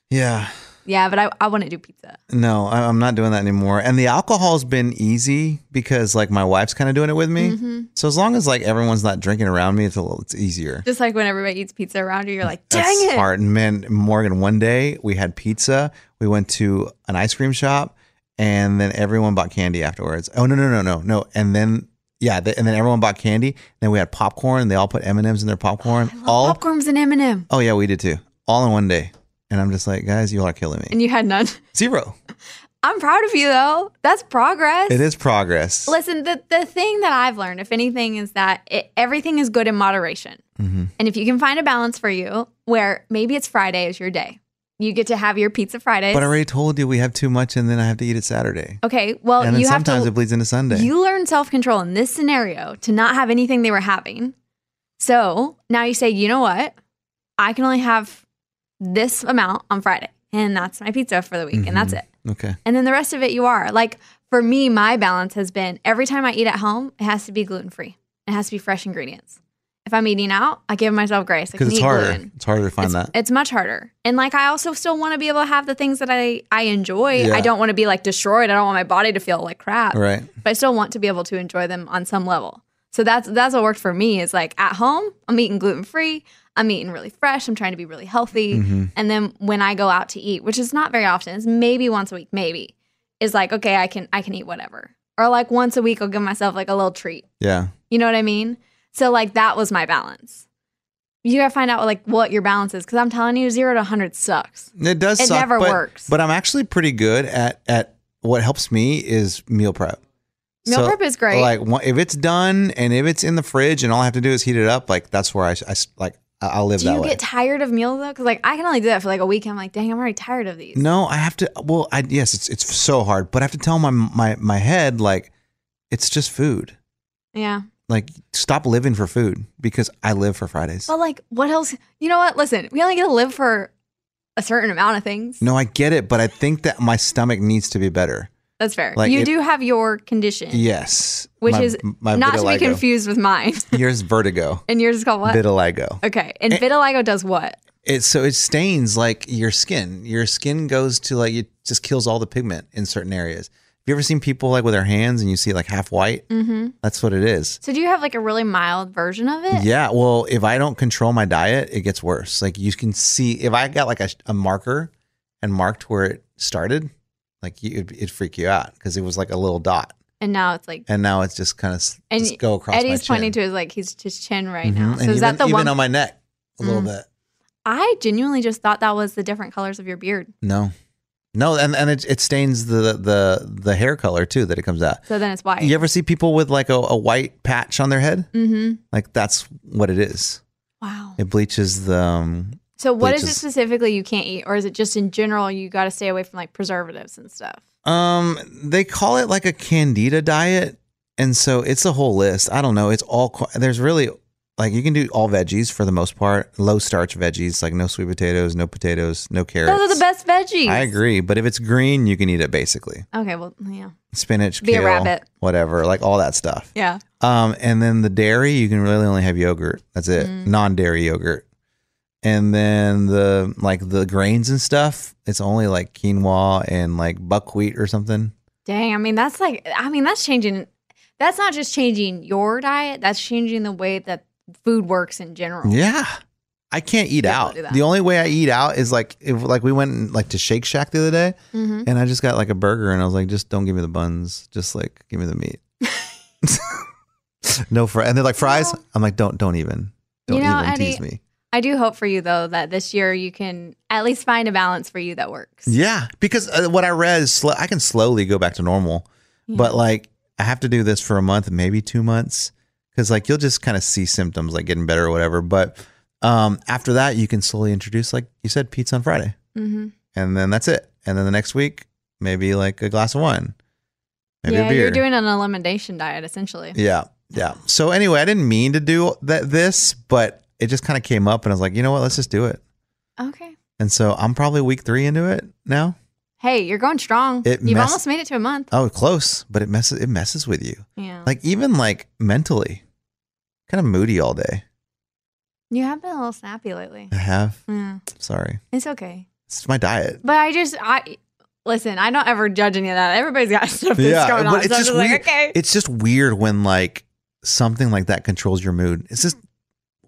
[SPEAKER 5] Yeah.
[SPEAKER 4] Yeah, but I I want to do pizza.
[SPEAKER 5] No, I- I'm not doing that anymore. And the alcohol's been easy because like my wife's kind of doing it with me.
[SPEAKER 4] Mm-hmm.
[SPEAKER 5] So as long as like everyone's not drinking around me, it's a little, it's easier.
[SPEAKER 4] Just like when everybody eats pizza around you, you're like, dang
[SPEAKER 5] That's
[SPEAKER 4] it.
[SPEAKER 5] hard. And man, Morgan, one day we had pizza. We went to an ice cream shop and then everyone bought candy afterwards. Oh no, no, no, no, no. And then yeah, th- and then everyone bought candy. Then we had popcorn. They all put M&Ms in their
[SPEAKER 4] <gasps>
[SPEAKER 5] popcorn. all
[SPEAKER 4] Popcorn's an M&M.
[SPEAKER 5] Oh yeah, we did too. All in one day. And I'm just like, guys, you all are killing me.
[SPEAKER 4] And you had none. <laughs>
[SPEAKER 5] Zero.
[SPEAKER 4] I'm proud of you though. That's progress.
[SPEAKER 5] It is progress.
[SPEAKER 4] Listen, the, the thing that I've learned, if anything, is that it, everything is good in moderation.
[SPEAKER 5] Mm-hmm.
[SPEAKER 4] And if you can find a balance for you where maybe it's Friday is your day, you get to have your pizza Fridays.
[SPEAKER 5] But I already told you we have too much, and then I have to eat it Saturday.
[SPEAKER 4] okay, well,
[SPEAKER 5] and then
[SPEAKER 4] Oh, you have
[SPEAKER 5] sometimes
[SPEAKER 4] to.
[SPEAKER 5] it bleeds into Sunday.
[SPEAKER 4] You learn self control in this scenario to not have anything they were having. So now you say, you know what? I can only have this amount on Friday, and that's my pizza for the week, and that's
[SPEAKER 5] Mhm.
[SPEAKER 4] it.
[SPEAKER 5] okay.
[SPEAKER 4] And then the rest of it you are. Like for me, my balance has been every time I eat at home, it has to be gluten free. It has to be fresh ingredients. If I'm eating out, I give myself grace. I
[SPEAKER 5] Because
[SPEAKER 4] can
[SPEAKER 5] it's
[SPEAKER 4] eat
[SPEAKER 5] harder.
[SPEAKER 4] gluten.
[SPEAKER 5] It's harder to find that.
[SPEAKER 4] It's much harder. And like I also still want to be able to have the things that I I enjoy.
[SPEAKER 5] Yeah.
[SPEAKER 4] I don't want to be like destroyed. I don't want my body to feel like crap.
[SPEAKER 5] Right.
[SPEAKER 4] But I still want to be able to enjoy them on some level. So that's that's what worked for me is like at home, I'm eating gluten free, I'm eating really fresh, I'm trying to be really healthy.
[SPEAKER 5] Mm-hmm.
[SPEAKER 7] Mhm.
[SPEAKER 4] And then when I go out to eat, which is not very often, it's maybe once a week, maybe, is like, okay, I can I can eat whatever. Or like once a week I'll give myself like a little treat.
[SPEAKER 5] Yeah.
[SPEAKER 4] You know what I mean? So like that was my balance. You gotta find out like what your balance is because I'm telling you, zero to hundred sucks.
[SPEAKER 5] It does.
[SPEAKER 4] It
[SPEAKER 5] suck,
[SPEAKER 4] never
[SPEAKER 5] but,
[SPEAKER 4] works.
[SPEAKER 5] But I'm actually pretty good at at what helps me is meal prep.
[SPEAKER 4] Meal prep is great.
[SPEAKER 5] Like one- if it's done and if it's in the fridge and all I have to do is heat it up, like that's where I, s- I s- like I- I'll live
[SPEAKER 4] do
[SPEAKER 5] that
[SPEAKER 4] you
[SPEAKER 5] way.
[SPEAKER 4] get tired of meals though? Because like I can only do that for like a week. I'm like, dang, I'm already tired of these.
[SPEAKER 5] No, I have to. Well, I yes, it's it's so hard, but I have to tell my my my head like it's just food.
[SPEAKER 4] Yeah.
[SPEAKER 5] Like stop living for food because I live for Fridays.
[SPEAKER 4] But like, what else? You know what? Listen, we only get to live for a certain amount of things.
[SPEAKER 5] No, I get it, but I think that my stomach needs to be better.
[SPEAKER 4] That's fair.
[SPEAKER 5] Like,
[SPEAKER 4] you
[SPEAKER 5] it-
[SPEAKER 4] do have your condition,
[SPEAKER 5] Yes,
[SPEAKER 4] which
[SPEAKER 5] My-
[SPEAKER 4] is
[SPEAKER 5] my
[SPEAKER 4] not to be
[SPEAKER 5] vitiligo.
[SPEAKER 4] confused with mine. <laughs>
[SPEAKER 5] Yours vertigo,
[SPEAKER 4] and yours is called <laughs> what?
[SPEAKER 5] vitiligo.
[SPEAKER 4] Okay, and vitiligo does what?
[SPEAKER 5] It so it stains like your skin. Your skin goes to like it just kills all the pigment in certain areas. Have you ever seen people like with their hands and you see like half white?
[SPEAKER 4] Mm-hmm.
[SPEAKER 5] That's what it is.
[SPEAKER 4] So do you have like a really mild version of it?
[SPEAKER 5] Yeah, well, if I don't control my diet, it gets worse. Like you can see if I got like a, a marker and marked where it started, like you, it'd, it'd freak you out because it was like a little dot,
[SPEAKER 4] And now it's like,
[SPEAKER 5] and now it's just kind of
[SPEAKER 4] and
[SPEAKER 5] just go across.
[SPEAKER 4] Eddie's
[SPEAKER 5] my
[SPEAKER 4] pointing to
[SPEAKER 5] chin.
[SPEAKER 4] his like his, his chin right
[SPEAKER 5] Mhm.
[SPEAKER 4] now.
[SPEAKER 5] And
[SPEAKER 4] So is that
[SPEAKER 5] even-
[SPEAKER 4] the
[SPEAKER 5] even
[SPEAKER 4] one?
[SPEAKER 5] on my neck a little
[SPEAKER 4] Mm.
[SPEAKER 5] bit?
[SPEAKER 4] I genuinely just thought that was the different colors of your beard.
[SPEAKER 5] No, no, and and it, it stains the the the hair color too that it comes out.
[SPEAKER 4] So then it's white.
[SPEAKER 5] You ever see people with like a, a white patch on their head?
[SPEAKER 4] Mm-hmm.
[SPEAKER 5] Like that's what it is.
[SPEAKER 4] Wow.
[SPEAKER 5] It bleaches the. Um,
[SPEAKER 4] So what is it
[SPEAKER 5] bleaches-
[SPEAKER 4] specifically you can't eat, or is it just in general you got to stay away from like preservatives and stuff?
[SPEAKER 5] Um, they call it like a candida diet, and so it's a whole list. I don't know. It's all qu- there's really like you can do all veggies for the most part, low starch veggies like no sweet potatoes, no potatoes, no carrots.
[SPEAKER 4] Those are the best veggies.
[SPEAKER 5] I agree, but if it's green, you can eat it basically.
[SPEAKER 4] Okay, well, yeah,
[SPEAKER 5] Spinach,
[SPEAKER 4] Be a
[SPEAKER 5] kale,
[SPEAKER 4] rabbit.
[SPEAKER 5] whatever, like all that stuff.
[SPEAKER 4] yeah.
[SPEAKER 5] Um, and then the dairy, you can really only have yogurt. That's it.
[SPEAKER 4] Mm.
[SPEAKER 5] Non-dairy yogurt. And then the like the grains and stuff, it's only like quinoa and like buckwheat or something.
[SPEAKER 4] Dang, I mean that's like, I mean that's changing. That's not just changing your diet; that's changing the way that food works in general.
[SPEAKER 5] Yeah. I can't eat out.
[SPEAKER 4] do that.
[SPEAKER 5] The only way I eat out is like if like we went and, like to Shake Shack the other day
[SPEAKER 4] Mhm.
[SPEAKER 5] and I just got like a burger and I was like, just don't give me the buns. Just like give me
[SPEAKER 4] <laughs>
[SPEAKER 5] the meat. <laughs> no fries. And they're like fries. I'm like, don't don't even. Don't
[SPEAKER 4] You know,
[SPEAKER 5] even
[SPEAKER 4] Eddie,
[SPEAKER 5] tease me.
[SPEAKER 4] I do hope for you though that this year you can at least find a balance for you that works.
[SPEAKER 5] Yeah, because uh, what I read is sl- I can slowly go back to normal, but like I have to do this for a month, maybe two months, because like you'll just kind of see symptoms like getting better or whatever. But um, after that, you can slowly introduce, like you said, pizza on Friday,
[SPEAKER 4] Mm-hmm.
[SPEAKER 5] and then that's it. And then the next week, maybe like a glass of wine, maybe
[SPEAKER 4] yeah,
[SPEAKER 5] a beer.
[SPEAKER 4] you're doing an elimination diet essentially.
[SPEAKER 5] yeah, yeah. So anyway, I didn't mean to do that this, but it just kind of came up, and I was like, you know what, let's just do it.
[SPEAKER 4] Okay.
[SPEAKER 5] And so I'm probably week three into it now.
[SPEAKER 4] Hey, you're going strong.
[SPEAKER 5] It
[SPEAKER 4] You've
[SPEAKER 5] mess-
[SPEAKER 4] almost made it to a month.
[SPEAKER 5] Oh, close, but it messes it messes with you.
[SPEAKER 4] Yeah.
[SPEAKER 5] Like even like mentally, kind of moody all day.
[SPEAKER 4] You have been a little snappy lately.
[SPEAKER 5] I have.
[SPEAKER 4] Yeah.
[SPEAKER 5] Sorry,
[SPEAKER 4] It's okay.
[SPEAKER 5] it's my diet.
[SPEAKER 4] But I just I listen, I don't ever judge any of that. Everybody's got <laughs> stuff that's going on.
[SPEAKER 5] but it's
[SPEAKER 4] so I'm
[SPEAKER 5] just
[SPEAKER 4] just
[SPEAKER 5] weird.
[SPEAKER 4] like, okay.
[SPEAKER 5] It's just weird when like something like that controls your mood. It's just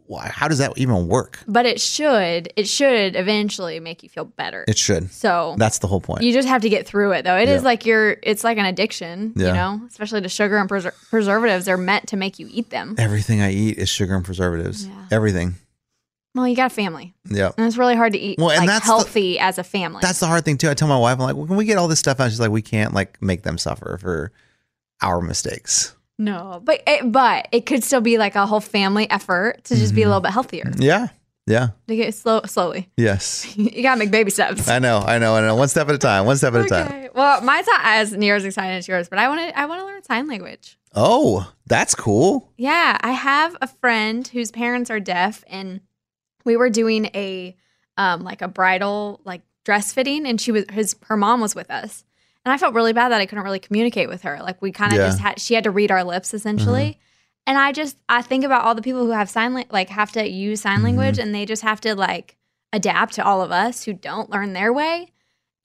[SPEAKER 5] why? How does that even work?
[SPEAKER 4] but it should, it should eventually make you feel better.
[SPEAKER 5] It should.
[SPEAKER 4] So
[SPEAKER 5] That's the whole point.
[SPEAKER 4] you just have to get through it though. It is
[SPEAKER 5] Yeah.
[SPEAKER 4] like you're it's like an addiction, you
[SPEAKER 5] Yeah.
[SPEAKER 4] know, especially to sugar and preser- preservatives. They're meant to make you eat them.
[SPEAKER 5] Everything I eat is sugar and preservatives. Everything.
[SPEAKER 4] Well, you got a family.
[SPEAKER 5] Yeah.
[SPEAKER 4] And it's really hard to eat
[SPEAKER 5] Well, and
[SPEAKER 4] like,
[SPEAKER 5] that's the-
[SPEAKER 4] healthy as a family.
[SPEAKER 5] That's the hard thing too. I tell my wife, I'm like, well, can we get all this stuff out? She's like, we can't like make them suffer for our mistakes.
[SPEAKER 4] No, but it, but it could still be like a whole family effort to just be a little bit healthier.
[SPEAKER 5] Yeah. Yeah.
[SPEAKER 4] To get slow, slowly. <laughs>
[SPEAKER 5] Yes.
[SPEAKER 4] you gotta make baby steps.
[SPEAKER 5] I know, I know, I know. One step at a time. One step at a time.
[SPEAKER 4] Okay. Well, mine's not as near as exciting as yours, but I want to. I want to learn sign language.
[SPEAKER 5] Oh, that's cool.
[SPEAKER 4] Yeah, I have a friend whose parents are deaf, and we were doing a um like a bridal like dress fitting, and she was his her mom was with us, and I felt really bad that I couldn't really communicate with her. Like we kind of
[SPEAKER 7] Yeah.
[SPEAKER 4] just had she had to read our lips essentially. And I just I think about all the people who have sign la- like have to use sign language and they just have to like adapt to all of us who don't learn their way.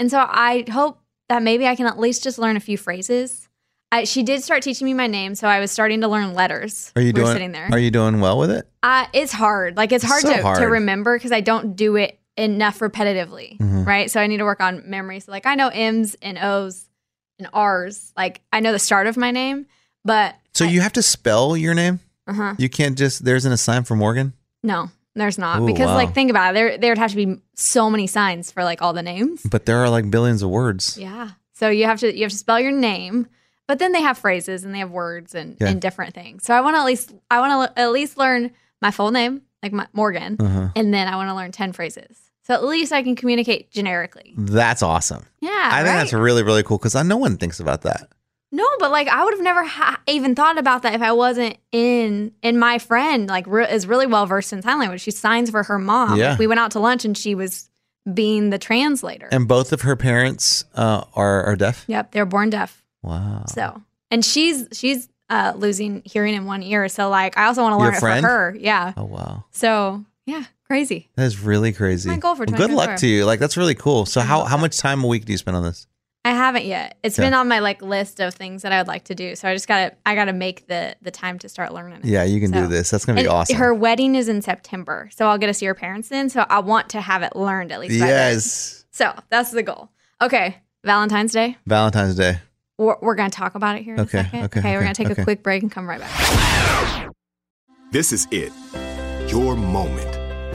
[SPEAKER 4] And so I hope that maybe I can at least just learn a few phrases. I, she did start teaching me my name, so I was starting to learn letters.
[SPEAKER 5] Are
[SPEAKER 4] we
[SPEAKER 5] you
[SPEAKER 4] were
[SPEAKER 5] doing?
[SPEAKER 4] sitting there?
[SPEAKER 5] Are you doing well with it?
[SPEAKER 4] Uh, it's hard. Like it's hard,
[SPEAKER 5] So
[SPEAKER 4] to,
[SPEAKER 5] hard.
[SPEAKER 4] to remember because I don't do it enough repetitively,
[SPEAKER 5] Mhm.
[SPEAKER 4] right? So I need to work on memory. So like I know M's and O's and R's. Like I know the start of my name, but
[SPEAKER 5] So you have to spell your name.
[SPEAKER 4] uh-huh.
[SPEAKER 5] You can't just. There isn't a sign for Morgan.
[SPEAKER 4] no, there's not
[SPEAKER 5] Ooh,
[SPEAKER 4] because
[SPEAKER 5] wow.
[SPEAKER 4] like think about it. There there would have to be so many signs for like all the names.
[SPEAKER 5] But there are like billions of words.
[SPEAKER 4] Yeah. So you have to you have to spell your name, but then they have phrases and they have words and,
[SPEAKER 5] Yeah.
[SPEAKER 4] and different things. So I want to at least I want to at least learn my full name, like my, Morgan,
[SPEAKER 5] Uh-huh.
[SPEAKER 4] and then I want to learn 10 phrases. So at least I can communicate generically.
[SPEAKER 5] That's awesome.
[SPEAKER 4] Yeah,
[SPEAKER 5] Mm. I think
[SPEAKER 4] Ah, right?
[SPEAKER 5] that's really, really cool because no one thinks about that.
[SPEAKER 4] No, but like I would have never ha- even thought about that if I wasn't in. And my friend like re- is really well versed in sign language. She signs for her mom.
[SPEAKER 5] Yeah.
[SPEAKER 4] We went out to lunch and she was being the translator.
[SPEAKER 5] And both of her parents uh, are are deaf.
[SPEAKER 4] yep, they were born deaf.
[SPEAKER 5] Wow.
[SPEAKER 4] So and she's she's uh, losing hearing in one ear. So like I also want to
[SPEAKER 5] Your
[SPEAKER 4] learn it
[SPEAKER 5] friend?
[SPEAKER 4] for her. Yeah.
[SPEAKER 5] Oh wow.
[SPEAKER 4] So yeah, crazy.
[SPEAKER 5] That is really crazy.
[SPEAKER 4] My goal for
[SPEAKER 5] well, good luck
[SPEAKER 4] 2024.
[SPEAKER 5] to you. Like that's really cool. So how how much time a week do you spend on this?
[SPEAKER 4] I haven't yet. It's
[SPEAKER 5] Yeah.
[SPEAKER 4] been on my like list of things that I would like to do. So I just gotta I gotta make the the time to start learning.
[SPEAKER 5] Yeah, you can do
[SPEAKER 4] So-
[SPEAKER 5] this. That's gonna be
[SPEAKER 4] And
[SPEAKER 5] awesome.
[SPEAKER 4] Her wedding is in September, so I'll get to see her parents then. So I want to have it learned at least. by then.
[SPEAKER 5] yes.
[SPEAKER 4] So that's the goal. Okay, Valentine's Day.
[SPEAKER 5] Valentine's Day.
[SPEAKER 4] We're, we're gonna talk about it here in
[SPEAKER 5] Okay,
[SPEAKER 4] a second.
[SPEAKER 5] okay,
[SPEAKER 4] we're
[SPEAKER 5] okay,
[SPEAKER 4] gonna take
[SPEAKER 5] okay.
[SPEAKER 4] a quick break and come right back.
[SPEAKER 6] This is it. Your moment.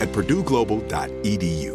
[SPEAKER 6] at purdueglobal.edu.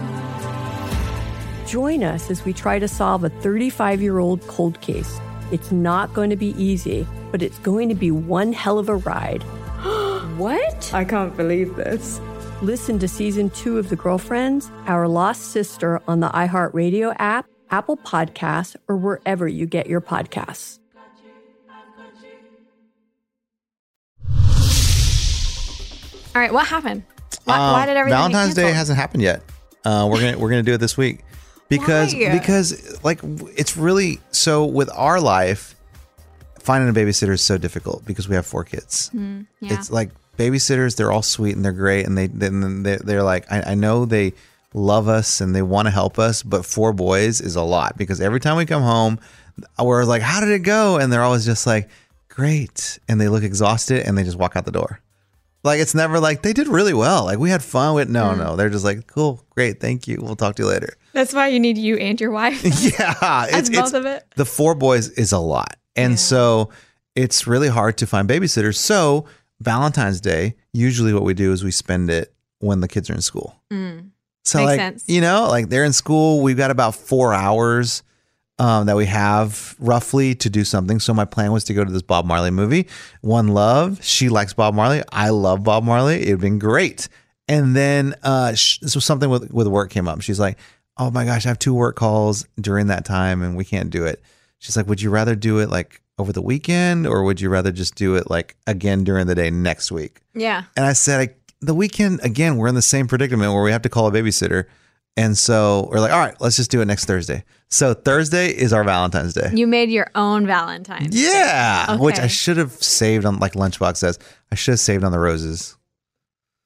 [SPEAKER 2] Join us as we try to solve a 35 year old cold case. It's not going to be easy, but it's going to be one hell of a ride. <gasps> what? I can't believe this. Listen to season two of The Girlfriends, Our Lost Sister on the iHeartRadio app, Apple Podcasts, or wherever you get your podcasts.
[SPEAKER 4] All right, what happened? Why, why
[SPEAKER 5] Um,
[SPEAKER 4] did everything? get
[SPEAKER 5] Valentine's Day
[SPEAKER 4] canceled?
[SPEAKER 5] hasn't happened yet. Uh, we're gonna we're gonna do it this week because
[SPEAKER 4] Why?
[SPEAKER 5] because like w- it's really so with our life finding a babysitter is so difficult because we have four kids.
[SPEAKER 7] Hmm, yeah.
[SPEAKER 5] It's like babysitters they're all sweet and they're great and they then they, they're like I, I know they love us and they want to help us but four boys is a lot because every time we come home we're like how did it go and they're always just like great and they look exhausted and they just walk out the door. Like it's never like they did really well. Like we had fun with
[SPEAKER 4] Hmm.
[SPEAKER 5] no, no. They're just like cool, great, thank you. We'll talk to you
[SPEAKER 4] <laughs>
[SPEAKER 5] later. <laughs>
[SPEAKER 4] That's why you need you and your wife.
[SPEAKER 5] yeah,
[SPEAKER 4] That's both of it.
[SPEAKER 5] The four boys is a lot, and so it's really hard to find babysitters. So Valentine's Day, usually what we do is we spend it when the kids are in school.
[SPEAKER 4] Mm.
[SPEAKER 5] So
[SPEAKER 4] Makes
[SPEAKER 5] like
[SPEAKER 4] sense.
[SPEAKER 5] you know, like they're in school. We've got about four hours um, that we have roughly to do something. So my plan was to go to this Bob Marley movie, One Love. She likes Bob Marley. I love Bob Marley. It'd been great. And then uh, sh- so something with with work came up. She's like, "Oh my gosh, I have two work calls during that time, and we can't do it." She's like, would you rather do it like over the weekend or would you rather just do it like again during the day next week?
[SPEAKER 4] <laughs> Yeah.
[SPEAKER 5] And I said, I, the weekend, again, we're in the same predicament where we have to call a babysitter. And so we're like, all right, let's just do it next Thursday. So Thursday is our Valentine's Day.
[SPEAKER 4] You made your own Valentine.
[SPEAKER 5] Yeah.
[SPEAKER 4] Okay.
[SPEAKER 5] Which I should have saved on, like Lunchbox says, I should have saved on the roses.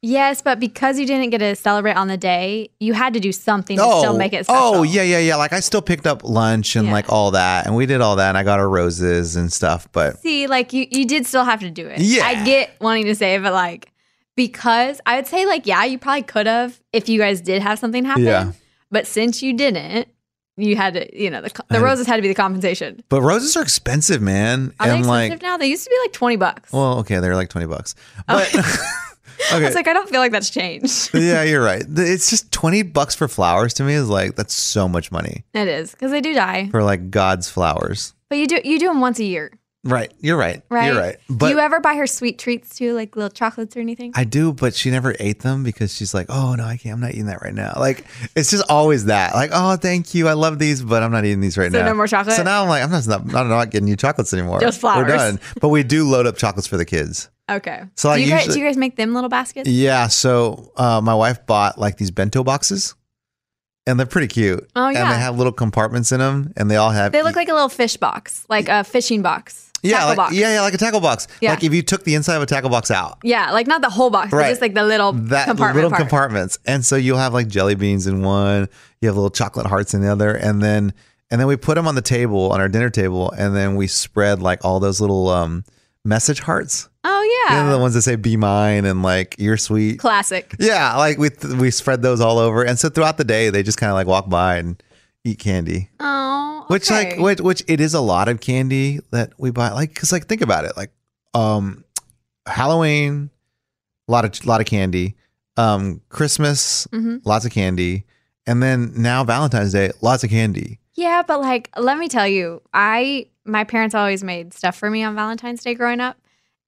[SPEAKER 4] Yes, but because you didn't get to celebrate on the day, you had to do something to still make it special.
[SPEAKER 5] Oh, yeah, yeah, yeah. Like I still picked up lunch and like all that. And we did all that. And I got our roses and stuff. But
[SPEAKER 4] See, like you, you did still have to do it.
[SPEAKER 5] Yeah.
[SPEAKER 4] I get wanting to say, it, but like, because I would say, like, yeah, you probably could have if you guys did have something happen.
[SPEAKER 5] Yeah.
[SPEAKER 4] But since you didn't, you had to, you know, the, co- the
[SPEAKER 5] I-
[SPEAKER 4] roses had to be the compensation.
[SPEAKER 5] but roses are expensive, man.
[SPEAKER 4] Are they
[SPEAKER 5] and
[SPEAKER 4] expensive
[SPEAKER 5] like,
[SPEAKER 4] now? They used to be like 20 bucks.
[SPEAKER 5] well, okay, they're like 20 bucks.
[SPEAKER 4] <laughs>
[SPEAKER 5] But
[SPEAKER 4] I
[SPEAKER 5] okay.
[SPEAKER 4] was like, I don't feel like that's changed. <laughs>
[SPEAKER 5] yeah, you're right. The- It's just 20 bucks for flowers to me is like, that's so much money
[SPEAKER 4] It is because they do die,
[SPEAKER 5] for like God's flowers.
[SPEAKER 4] but you do you do them once a year,
[SPEAKER 5] Right. You're right.
[SPEAKER 4] right?
[SPEAKER 5] You're right.
[SPEAKER 4] do
[SPEAKER 5] But
[SPEAKER 4] you ever buy her sweet treats too, like little chocolates or anything?
[SPEAKER 5] I do, but she never ate them because she's like, oh, no, I can't. I'm not eating that right now. Like, it's just always that. Like, oh, thank you. I love these, but I'm not eating these right
[SPEAKER 4] So
[SPEAKER 5] now.
[SPEAKER 4] no more chocolate?
[SPEAKER 5] So now I'm like, I'm not, not, I'm not getting you chocolates anymore.
[SPEAKER 4] Just
[SPEAKER 5] We're
[SPEAKER 4] flowers.
[SPEAKER 5] done. But we do load up chocolates for the kids.
[SPEAKER 4] Okay.
[SPEAKER 5] So I
[SPEAKER 4] do you, guys,
[SPEAKER 5] usually-
[SPEAKER 4] do you guys make them little baskets?
[SPEAKER 5] Yeah. So uh, my wife bought like these bento boxes and they're pretty cute.
[SPEAKER 4] Oh, yeah.
[SPEAKER 5] And they have little compartments in them and they all have.
[SPEAKER 4] They look like a little fish box, like a fishing box.
[SPEAKER 5] yeah,
[SPEAKER 4] tackle
[SPEAKER 5] like,
[SPEAKER 4] box.
[SPEAKER 5] yeah, yeah, like a tackle box.
[SPEAKER 4] Yeah.
[SPEAKER 5] Like if you took the inside of a tackle box out,
[SPEAKER 4] Yeah, like not the whole box, but
[SPEAKER 5] Right.
[SPEAKER 4] just like the little
[SPEAKER 5] that
[SPEAKER 4] compartment
[SPEAKER 5] little
[SPEAKER 4] part.
[SPEAKER 5] compartments. And so you'll have like jelly beans in one, you have little chocolate hearts in the other, and then and then we put them on the table on our dinner table, and then we spread like all those little um message hearts.
[SPEAKER 4] Oh
[SPEAKER 5] You know,
[SPEAKER 4] yeah,
[SPEAKER 5] the ones that say "Be mine" and like "You're sweet."
[SPEAKER 4] classic.
[SPEAKER 5] Yeah, like we we spread those all over, and so throughout the day they just kind of like walk by and eat candy.
[SPEAKER 4] Oh,
[SPEAKER 5] Which like
[SPEAKER 4] okay.
[SPEAKER 5] which which it is a lot of candy that we buy. Like because like think about it. Like um Halloween, a lot of lot of candy. Um Christmas,
[SPEAKER 4] Mhm.
[SPEAKER 5] lots of candy, and then now Valentine's Day, lots of candy.
[SPEAKER 4] Yeah, but like, let me tell you, I my parents always made stuff for me on Valentine's Day growing up,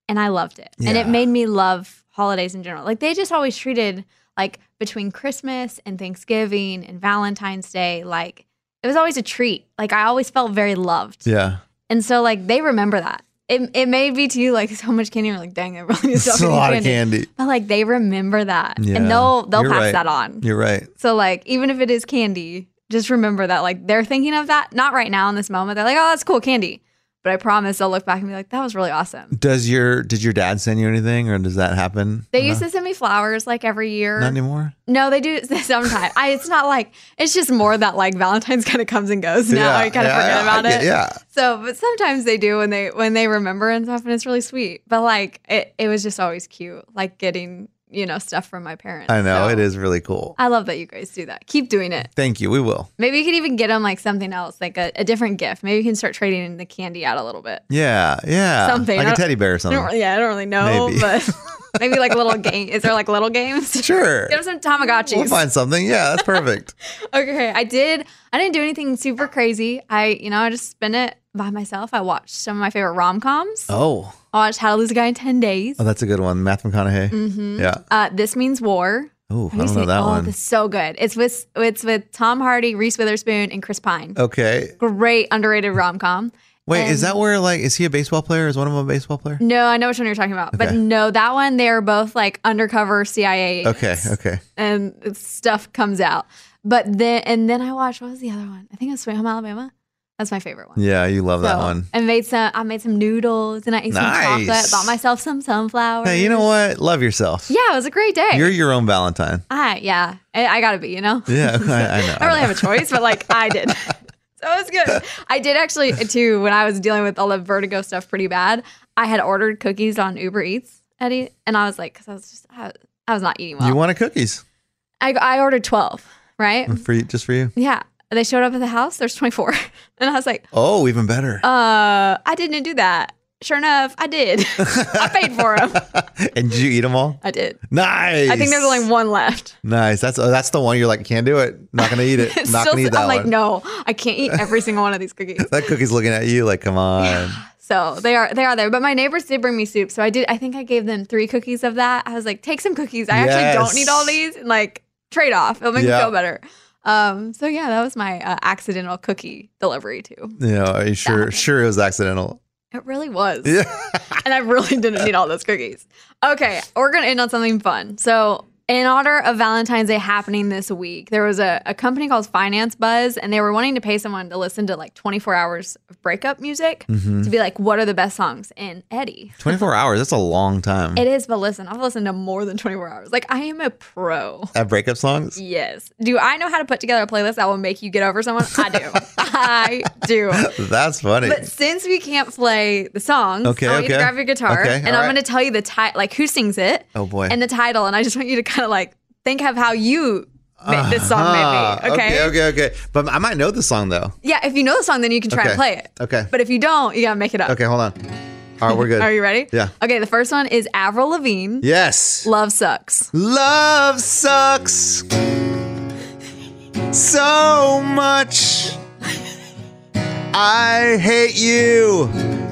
[SPEAKER 4] and I loved it, and it
[SPEAKER 5] Yeah.
[SPEAKER 4] made me love holidays in general. Like they just always treated like between Christmas and Thanksgiving and Valentine's Day, like it was always a treat. Like I always felt very loved,
[SPEAKER 5] Yeah,
[SPEAKER 4] and so like they remember that. It it may be to you like <laughs> so much candy, you're like, dang, I really just
[SPEAKER 5] it's a lot of candy.
[SPEAKER 4] But like they remember that,
[SPEAKER 5] Yeah.
[SPEAKER 4] and they'll they'll
[SPEAKER 5] You're
[SPEAKER 4] pass
[SPEAKER 5] right.
[SPEAKER 4] that on.
[SPEAKER 5] You're right.
[SPEAKER 4] So like even if it is candy, just remember that like they're thinking of that not right now in this moment. They're like, "Oh, that's cool candy." But I promise they'll look back and be like, "That was really awesome."
[SPEAKER 5] Does your did your dad send you anything, or does that happen?
[SPEAKER 4] They used to send me flowers like every year.
[SPEAKER 5] Uh-huh. Not anymore.
[SPEAKER 4] no, they do <laughs> sometimes. I it's not like it's just more that like Valentine's kind of comes and goes now. I kind of
[SPEAKER 5] yeah,
[SPEAKER 4] forget
[SPEAKER 5] I-
[SPEAKER 4] about
[SPEAKER 5] I
[SPEAKER 4] it.
[SPEAKER 5] get- Yeah,
[SPEAKER 4] So, but sometimes they do when they when they remember and stuff, and it's really sweet. But like it, it was just always cute, like getting you know stuff from my parents.
[SPEAKER 5] I know
[SPEAKER 4] So,
[SPEAKER 5] it is really cool.
[SPEAKER 4] I love that you guys do that. Keep doing it.
[SPEAKER 5] Thank you. We will.
[SPEAKER 4] Maybe you could even get them like something else, like a, a different gift. Maybe you can start trading the candy out a little bit.
[SPEAKER 5] Yeah, yeah.
[SPEAKER 4] Something. I
[SPEAKER 5] Ah, like a
[SPEAKER 4] don't-
[SPEAKER 5] teddy bear or
[SPEAKER 4] I
[SPEAKER 5] something.
[SPEAKER 4] don't really- yeah, I don't really know,
[SPEAKER 5] Maybe. <laughs>
[SPEAKER 4] but maybe like little game. Is there like little games? <laughs>
[SPEAKER 5] Sure.
[SPEAKER 4] Give 'em some
[SPEAKER 5] We'll
[SPEAKER 4] Tamagotchis.
[SPEAKER 5] find something. Yeah,
[SPEAKER 4] <laughs>
[SPEAKER 5] that's perfect.
[SPEAKER 4] okay, I did. I didn't do anything super crazy. I, you know, I just spent it by myself. I watched some of my favorite rom coms.
[SPEAKER 5] oh,
[SPEAKER 4] I watched How to Lose a Guy in Ten Days.
[SPEAKER 5] oh, that's a good one. Matthew McConaughey.
[SPEAKER 4] Mhm.
[SPEAKER 5] Yeah.
[SPEAKER 4] Uh, this means war.
[SPEAKER 5] Oh,
[SPEAKER 4] Have
[SPEAKER 5] I
[SPEAKER 4] you
[SPEAKER 5] don't know
[SPEAKER 4] seen-
[SPEAKER 5] that
[SPEAKER 4] oh,
[SPEAKER 5] one.
[SPEAKER 4] This is so good. It's with it's with Tom Hardy, Reese Witherspoon, and Chris Pine.
[SPEAKER 5] Okay.
[SPEAKER 4] Great underrated rom com.
[SPEAKER 5] Oh. Wait, is
[SPEAKER 4] And-
[SPEAKER 5] that where like is he a baseball player? Is one of them a baseball player?
[SPEAKER 4] No, I know which one you're talking about, but
[SPEAKER 5] Okay.
[SPEAKER 4] no, that one they are both like undercover CIA. agents.
[SPEAKER 5] Okay. Okay.
[SPEAKER 4] and it's- stuff comes out. But then and then I watched what was the other one? I think it was Sweet Home Alabama. That's my favorite one.
[SPEAKER 5] Yeah, you love that
[SPEAKER 4] So,
[SPEAKER 5] one.
[SPEAKER 4] I made some. I made some noodles and I ate some chocolate.
[SPEAKER 5] Nice.
[SPEAKER 4] Bought myself some sunflowers.
[SPEAKER 5] Hey, you know what? Love yourself.
[SPEAKER 4] Yeah, it was a great day.
[SPEAKER 5] You're your own Valentine.
[SPEAKER 4] I yeah, I, I gotta be. You know. <laughs>
[SPEAKER 5] Yeah, I, I know.
[SPEAKER 4] I don't really have a choice, but like I
[SPEAKER 5] <laughs>
[SPEAKER 4] did. So it was good. I did actually too when I was dealing with all the vertigo stuff pretty bad. I had ordered cookies on Uber Eats, Eddie, and I was like, because I was just I, I was not eating well.
[SPEAKER 5] You wanted cookies
[SPEAKER 4] I I ordered twelve, right?
[SPEAKER 5] for you, just for you.
[SPEAKER 4] Yeah, they showed up at the house. There's twenty four, <laughs> and I was like,
[SPEAKER 5] Oh, even better.
[SPEAKER 4] uh, I didn't do that. Sure enough, I did. <laughs> I paid for them.
[SPEAKER 5] <laughs> and did you eat them all?
[SPEAKER 4] I did.
[SPEAKER 5] Nice.
[SPEAKER 4] I think there's only one left. <laughs>
[SPEAKER 5] Nice. That's oh, that's the one you're like can't do it. Not gonna eat it.
[SPEAKER 4] It's
[SPEAKER 5] Not
[SPEAKER 4] still-
[SPEAKER 5] gonna eat that
[SPEAKER 4] I'm like,
[SPEAKER 5] one.
[SPEAKER 4] no, I can't eat every single one of these
[SPEAKER 5] <laughs>
[SPEAKER 4] cookies.
[SPEAKER 5] That cookie's looking at you like, come on.
[SPEAKER 4] So they are they are there. But my neighbors did bring me soup. So I did I think I gave them three cookies of that. I was like, take some cookies. I actually don't need all
[SPEAKER 5] Yes.
[SPEAKER 4] these. And like trade off. It'll make me
[SPEAKER 5] Yeah.
[SPEAKER 4] feel better. Um, so yeah, that was my uh, accidental cookie delivery too.
[SPEAKER 5] Yeah, are you sure? Sure, it was accidental.
[SPEAKER 4] It really was.
[SPEAKER 5] Yeah.
[SPEAKER 4] <laughs> and I really didn't need all those cookies. Okay, we're going to end on something fun. So, in honor of Valentine's Day happening this week, there was a, a company called Finance Buzz, and they were wanting to pay someone to listen to like 24 hours of breakup music
[SPEAKER 5] Mhm.
[SPEAKER 4] to be like, what are the best songs? And Eddie,
[SPEAKER 5] 24 hours, that's a long time.
[SPEAKER 4] it is, but listen, I've listened to more than 24 hours. Like, I am a pro.
[SPEAKER 5] At breakup songs?
[SPEAKER 4] Yes. Do I know how to put together a playlist that will make you get over someone? I do.
[SPEAKER 5] <laughs>
[SPEAKER 4] I do.
[SPEAKER 5] That's funny.
[SPEAKER 4] But since we can't play the songs,
[SPEAKER 5] Okay,
[SPEAKER 4] I want you to
[SPEAKER 5] okay.
[SPEAKER 4] grab your guitar
[SPEAKER 5] Okay,
[SPEAKER 4] and
[SPEAKER 5] all
[SPEAKER 4] I'm
[SPEAKER 5] right.
[SPEAKER 4] going to tell you the title, like who sings it.
[SPEAKER 5] Oh, boy.
[SPEAKER 4] And the title, and I just want you to kind of like think of how you made this song
[SPEAKER 5] Uh-huh.
[SPEAKER 4] maybe. Okay?
[SPEAKER 5] okay, okay, okay. But I might know the song though.
[SPEAKER 4] Yeah. If you know the song, then you can try
[SPEAKER 5] okay.
[SPEAKER 4] and play it.
[SPEAKER 5] Okay.
[SPEAKER 4] But if you don't, you got to make it up.
[SPEAKER 5] okay, hold on. All right, we're good.
[SPEAKER 4] Are you ready?
[SPEAKER 5] Yeah.
[SPEAKER 4] Okay. The first one is Avril Lavigne.
[SPEAKER 5] Yes.
[SPEAKER 4] Love sucks.
[SPEAKER 5] Love sucks so much. I hate you,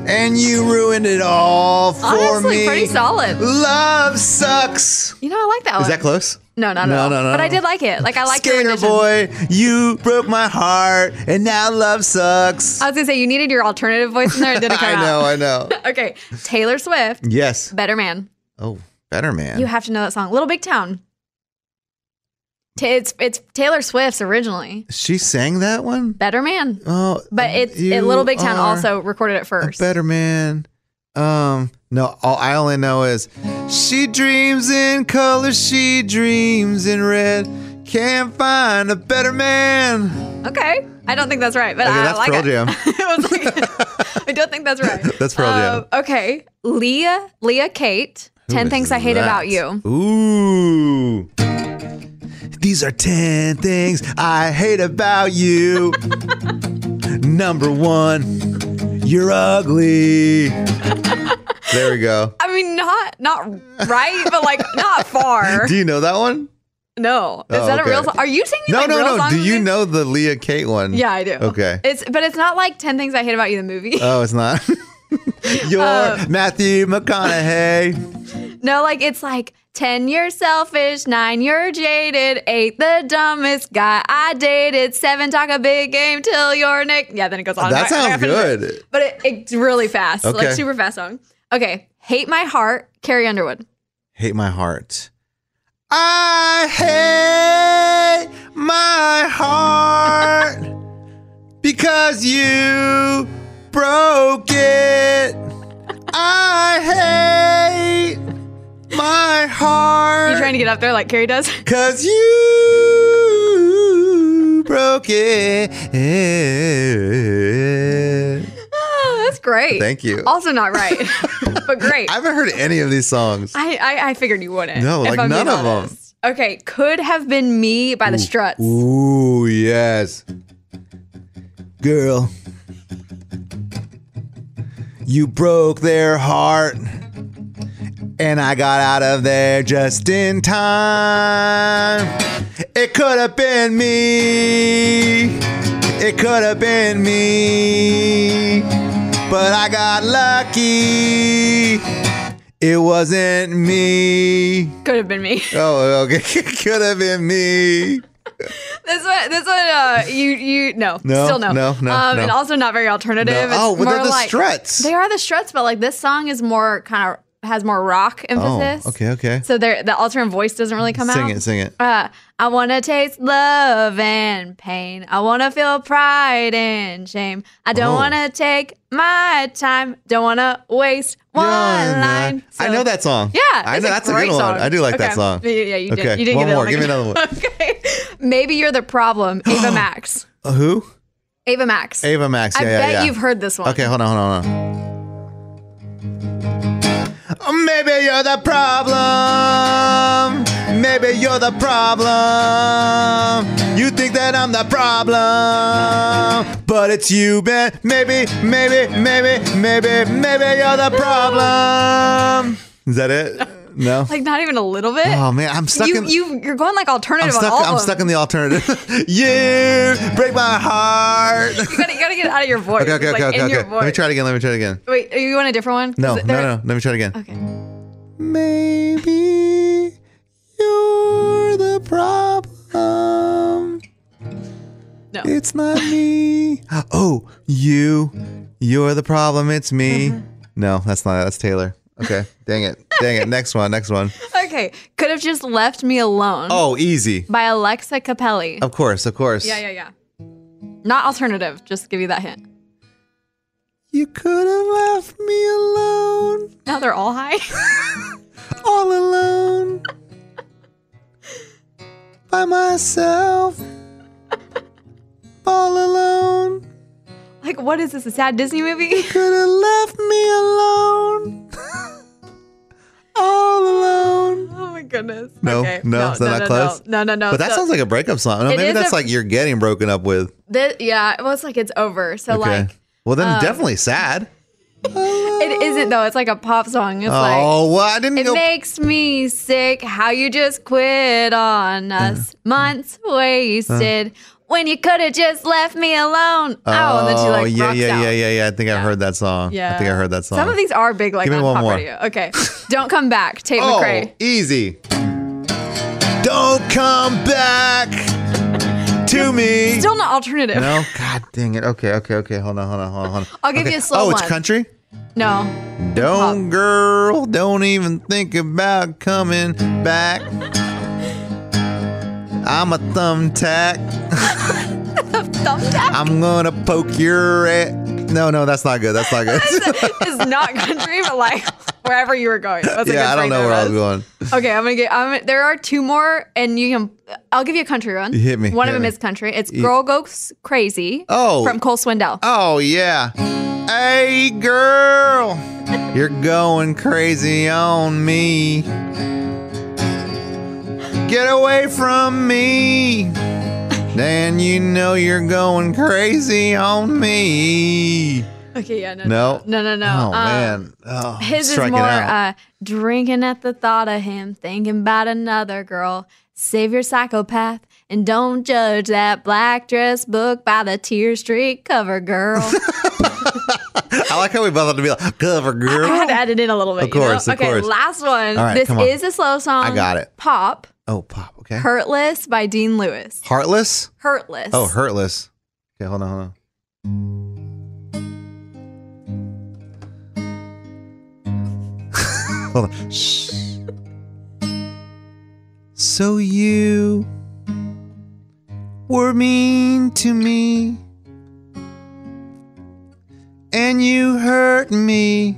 [SPEAKER 5] and you ruined it all for
[SPEAKER 4] Honestly,
[SPEAKER 5] me.
[SPEAKER 4] pretty Oh, solid.
[SPEAKER 5] Love sucks.
[SPEAKER 4] You know, I like that one.
[SPEAKER 5] Is that close?
[SPEAKER 4] No, not
[SPEAKER 5] No,
[SPEAKER 4] at all.
[SPEAKER 5] no, no,
[SPEAKER 4] But I
[SPEAKER 5] no.
[SPEAKER 4] did like it. Like I like your
[SPEAKER 5] Skater
[SPEAKER 4] rendition.
[SPEAKER 5] boy, you broke my heart, and now love sucks.
[SPEAKER 4] I was gonna say you needed your alternative voice in there. It didn't come
[SPEAKER 5] <laughs> I know, I know.
[SPEAKER 4] out. okay, Taylor Swift,
[SPEAKER 5] Yes.
[SPEAKER 4] Better Man.
[SPEAKER 5] Oh, better man.
[SPEAKER 4] You have to know that song, Little Big Town. Ta- it's it's Taylor Swift's originally.
[SPEAKER 5] she sang that one.
[SPEAKER 4] Better Man,
[SPEAKER 5] Oh,
[SPEAKER 4] but it's it,
[SPEAKER 5] you
[SPEAKER 4] Little Big Town
[SPEAKER 5] are
[SPEAKER 4] also recorded it
[SPEAKER 5] a
[SPEAKER 4] first.
[SPEAKER 5] better man. Um, no, all I only know is she dreams in color, she dreams in red. Can't find a better man.
[SPEAKER 4] Okay, I don't think that's right, but
[SPEAKER 5] Okay,
[SPEAKER 4] I
[SPEAKER 5] that's
[SPEAKER 4] like
[SPEAKER 5] Pearl
[SPEAKER 4] <laughs> it.
[SPEAKER 5] Jam.
[SPEAKER 4] I was like- <laughs> I don't think that's right.
[SPEAKER 5] <laughs> That's Pearl Jam.
[SPEAKER 4] Um, okay, Leah Leah Kate,
[SPEAKER 5] Who
[SPEAKER 4] Ten
[SPEAKER 5] is
[SPEAKER 4] Things I Hate
[SPEAKER 5] that?
[SPEAKER 4] About You.
[SPEAKER 5] Ooh. These are 10 things I hate about you. <laughs> Number one, you're
[SPEAKER 4] <laughs>
[SPEAKER 5] ugly. there we go.
[SPEAKER 4] I mean, not not right, but
[SPEAKER 5] <laughs>
[SPEAKER 4] like not far.
[SPEAKER 5] Do you know that one?
[SPEAKER 4] No, is
[SPEAKER 5] Oh,
[SPEAKER 4] that
[SPEAKER 5] okay.
[SPEAKER 4] a real song? Are you singing?
[SPEAKER 5] No,
[SPEAKER 4] like,
[SPEAKER 5] no,
[SPEAKER 4] real
[SPEAKER 5] no.
[SPEAKER 4] songs
[SPEAKER 5] Do
[SPEAKER 4] with
[SPEAKER 5] you
[SPEAKER 4] me?
[SPEAKER 5] know the Leah Kate one?
[SPEAKER 4] Yeah, I do.
[SPEAKER 5] Okay.
[SPEAKER 4] It's but it's not like Ten Things I Hate About You the movie.
[SPEAKER 5] Oh, it's not. <laughs> You're
[SPEAKER 4] Uh,
[SPEAKER 5] Matthew McConaughey.
[SPEAKER 4] no, like it's like ten you're selfish, nine you're jaded, eight the dumbest guy I dated, seven talk a big game till your neck. Yeah, then it goes on.
[SPEAKER 5] That
[SPEAKER 4] I- I gotta
[SPEAKER 5] sounds
[SPEAKER 4] finish it.
[SPEAKER 5] good.
[SPEAKER 4] but it, it's really fast,
[SPEAKER 5] Okay.
[SPEAKER 4] like super fast song. Okay, Hate My Heart, Carrie Underwood.
[SPEAKER 5] Hate my heart. I hate my heart because you broke it. I hate my heart.
[SPEAKER 4] You trying to get up there like Carrie does? <laughs>
[SPEAKER 5] Cause you broke it.
[SPEAKER 4] Oh, that's great.
[SPEAKER 5] Thank you.
[SPEAKER 4] Also not right, <laughs> but great.
[SPEAKER 5] <laughs> I haven't heard any of these songs.
[SPEAKER 4] I, I I figured you wouldn't.
[SPEAKER 5] No,
[SPEAKER 4] if
[SPEAKER 5] like
[SPEAKER 4] I'm being
[SPEAKER 5] none of them.
[SPEAKER 4] honest. Okay, could have been me by the Struts.
[SPEAKER 5] Ooh, yes. Girl, you broke their heart. And I got out of there just in time. It could have been me. It could have been me. But I got lucky. It wasn't me.
[SPEAKER 4] Could have been me. <laughs>
[SPEAKER 5] Oh, okay. <laughs> could have been me.
[SPEAKER 4] This one, this one, uh, you, you, no,
[SPEAKER 5] No,
[SPEAKER 4] still no,
[SPEAKER 5] no, no,
[SPEAKER 4] um,
[SPEAKER 5] no.
[SPEAKER 4] and also not very alternative.
[SPEAKER 5] No.
[SPEAKER 4] It's
[SPEAKER 5] Oh, but
[SPEAKER 4] more
[SPEAKER 5] they're the
[SPEAKER 4] like,
[SPEAKER 5] Struts.
[SPEAKER 4] They are the struts, but like this song is more kind of has more rock emphasis.
[SPEAKER 5] Oh, okay, okay.
[SPEAKER 4] So there, the alternate voice doesn't really come out.
[SPEAKER 5] Sing it, sing it.
[SPEAKER 4] Uh, I want to taste love and pain. I want to feel pride and shame. I don't
[SPEAKER 5] Oh.
[SPEAKER 4] want to take my time. Don't want to waste one
[SPEAKER 5] Yeah,
[SPEAKER 4] line.
[SPEAKER 5] nah. I know that song.
[SPEAKER 4] Yeah,
[SPEAKER 5] I
[SPEAKER 4] it's
[SPEAKER 5] know that's a
[SPEAKER 4] great
[SPEAKER 5] good one. I do like that
[SPEAKER 4] Okay.
[SPEAKER 5] song.
[SPEAKER 4] Yeah, yeah, you did.
[SPEAKER 5] Okay,
[SPEAKER 4] You didn't
[SPEAKER 5] one
[SPEAKER 4] get it
[SPEAKER 5] more.
[SPEAKER 4] on the-
[SPEAKER 5] Give me another one.
[SPEAKER 4] <laughs> okay. Maybe you're the
[SPEAKER 5] <gasps>
[SPEAKER 4] problem, Ava Max.
[SPEAKER 5] Uh, who?
[SPEAKER 4] Ava Max.
[SPEAKER 5] Ava Max.
[SPEAKER 4] I
[SPEAKER 5] Yeah, yeah,
[SPEAKER 4] bet
[SPEAKER 5] yeah.
[SPEAKER 4] you've heard this one.
[SPEAKER 5] Okay, hold on, hold on, hold on. Maybe you're the problem. Maybe you're the problem. You think that I'm the problem, but it's you, man. Maybe, maybe, maybe, maybe, maybe you're the problem. Is that it? No.
[SPEAKER 4] Like not even a little bit.
[SPEAKER 5] Oh man, I'm stuck
[SPEAKER 4] you,
[SPEAKER 5] in.
[SPEAKER 4] you you're going like alternative
[SPEAKER 5] I'm stuck.
[SPEAKER 4] on all
[SPEAKER 5] I'm
[SPEAKER 4] of
[SPEAKER 5] stuck
[SPEAKER 4] them. Oh,
[SPEAKER 5] in the alternative. <laughs> you break my heart.
[SPEAKER 4] You gotta, you gotta get it out of your voice.
[SPEAKER 5] <laughs> Okay, okay,
[SPEAKER 4] It's,
[SPEAKER 5] okay,
[SPEAKER 4] like,
[SPEAKER 5] okay.
[SPEAKER 4] in your
[SPEAKER 5] okay. Let me
[SPEAKER 4] voice.
[SPEAKER 5] try it again. Let me try it again.
[SPEAKER 4] Wait, are you want a different one? 'Cause
[SPEAKER 5] No, no,
[SPEAKER 4] there-
[SPEAKER 5] no. Let me try it again.
[SPEAKER 4] Okay.
[SPEAKER 5] Maybe you're the problem.
[SPEAKER 4] No.
[SPEAKER 5] It's not me. oh, you. You're the problem. It's me.
[SPEAKER 4] Uh-huh.
[SPEAKER 5] No, that's not. That's Taylor. Okay. Dang it. Dang it. Next one. Next one.
[SPEAKER 4] Okay, could have just left me alone.
[SPEAKER 5] Oh, easy.
[SPEAKER 4] by Alexa Capelli.
[SPEAKER 5] Of course. Of course.
[SPEAKER 4] Yeah, yeah, yeah. Not alternative. Just to give you that hint.
[SPEAKER 5] You could have left me alone.
[SPEAKER 4] Now they're all high. <laughs>
[SPEAKER 5] All alone. by myself. All alone.
[SPEAKER 4] like, what is this? A sad Disney movie?
[SPEAKER 5] Could have left me alone. All alone.
[SPEAKER 4] Oh my goodness.
[SPEAKER 5] No,
[SPEAKER 4] Okay.
[SPEAKER 5] no, it's not
[SPEAKER 4] no,
[SPEAKER 5] close.
[SPEAKER 4] No, no, no.
[SPEAKER 5] But that
[SPEAKER 4] So-
[SPEAKER 5] sounds like a breakup song. No,
[SPEAKER 4] It
[SPEAKER 5] maybe
[SPEAKER 4] is
[SPEAKER 5] that's
[SPEAKER 4] a-
[SPEAKER 5] like you're getting broken up with.
[SPEAKER 4] Thi- yeah, well, it's like it's over. So like,
[SPEAKER 5] well, then
[SPEAKER 4] um,
[SPEAKER 5] definitely sad.
[SPEAKER 4] it isn't though. It's like a pop song. It's
[SPEAKER 5] oh,
[SPEAKER 4] like.
[SPEAKER 5] well, I didn't
[SPEAKER 4] It
[SPEAKER 5] go.
[SPEAKER 4] makes me sick how you just quit on
[SPEAKER 5] Uh, mm.
[SPEAKER 4] us. Months wasted when you could have just left me alone. Oh, and then she like
[SPEAKER 5] yeah,
[SPEAKER 4] rocks
[SPEAKER 5] yeah,
[SPEAKER 4] out.
[SPEAKER 5] yeah, yeah, yeah. I think I heard that song. I think I heard that song.
[SPEAKER 4] Some of these are big, like
[SPEAKER 5] Give me
[SPEAKER 4] on
[SPEAKER 5] one
[SPEAKER 4] pop
[SPEAKER 5] more.
[SPEAKER 4] radio. Okay, don't come back, Tate
[SPEAKER 5] <laughs> oh,
[SPEAKER 4] McRae.
[SPEAKER 5] easy. Don't come back to me.
[SPEAKER 4] Still not alternative.
[SPEAKER 5] no, God dang it. Okay, okay, okay. Hold on, hold on, hold on. Hold on.
[SPEAKER 4] I'll give
[SPEAKER 5] Okay.
[SPEAKER 4] you a slow
[SPEAKER 5] Oh, it's
[SPEAKER 4] one.
[SPEAKER 5] country.
[SPEAKER 4] No.
[SPEAKER 5] Don't, girl, don't even think about coming back. I'm a thumbtack.
[SPEAKER 4] thumbtack
[SPEAKER 5] I'm gonna poke your ass. No, no, that's not good. That's
[SPEAKER 4] <laughs>
[SPEAKER 5] not good.
[SPEAKER 4] is not country, but like wherever you were going. That's a good
[SPEAKER 5] <laughs> yeah, I
[SPEAKER 4] break
[SPEAKER 5] don't know
[SPEAKER 4] there,
[SPEAKER 5] where I
[SPEAKER 4] Russ.
[SPEAKER 5] was going.
[SPEAKER 4] Okay, I'm gonna get. I'm. gonna- There are two more, and you can. I'll give you a country one.
[SPEAKER 5] You hit me,
[SPEAKER 4] One
[SPEAKER 5] hit
[SPEAKER 4] of them
[SPEAKER 5] me.
[SPEAKER 4] is country. It's
[SPEAKER 5] Yeah.
[SPEAKER 4] "Girl Goes Crazy."
[SPEAKER 5] Oh.
[SPEAKER 4] from Cole Swindell.
[SPEAKER 5] Oh yeah. Hey girl, you're going crazy on me. Get away from me. Then you know you're going crazy on me.
[SPEAKER 4] Okay, yeah, no,
[SPEAKER 5] No.
[SPEAKER 4] no, no, no.
[SPEAKER 5] Oh
[SPEAKER 4] Um,
[SPEAKER 5] man. Oh,
[SPEAKER 4] His is
[SPEAKER 5] striking
[SPEAKER 4] more
[SPEAKER 5] out.
[SPEAKER 4] uh, drinking at the thought of him, thinking about another girl. Save your psychopath and don't judge that black dress book by the tear streak cover
[SPEAKER 5] <laughs>
[SPEAKER 4] girl.
[SPEAKER 5] I like how we both have to be like cover
[SPEAKER 4] uh, I
[SPEAKER 5] girl.
[SPEAKER 4] had to edit in a little bit.
[SPEAKER 5] Of
[SPEAKER 4] you know?
[SPEAKER 5] course, of
[SPEAKER 4] okay,
[SPEAKER 5] course.
[SPEAKER 4] last one.
[SPEAKER 5] All right,
[SPEAKER 4] this
[SPEAKER 5] come on.
[SPEAKER 4] is a slow song.
[SPEAKER 5] I got it.
[SPEAKER 4] Pop,
[SPEAKER 5] Oh pop. Okay.
[SPEAKER 4] Hurtless by Dean Lewis.
[SPEAKER 5] Heartless.
[SPEAKER 4] Hurtless.
[SPEAKER 5] Oh, hurtless. Okay, hold on, hold on. hold on. <laughs> Shh. So you were mean to me, and you hurt me,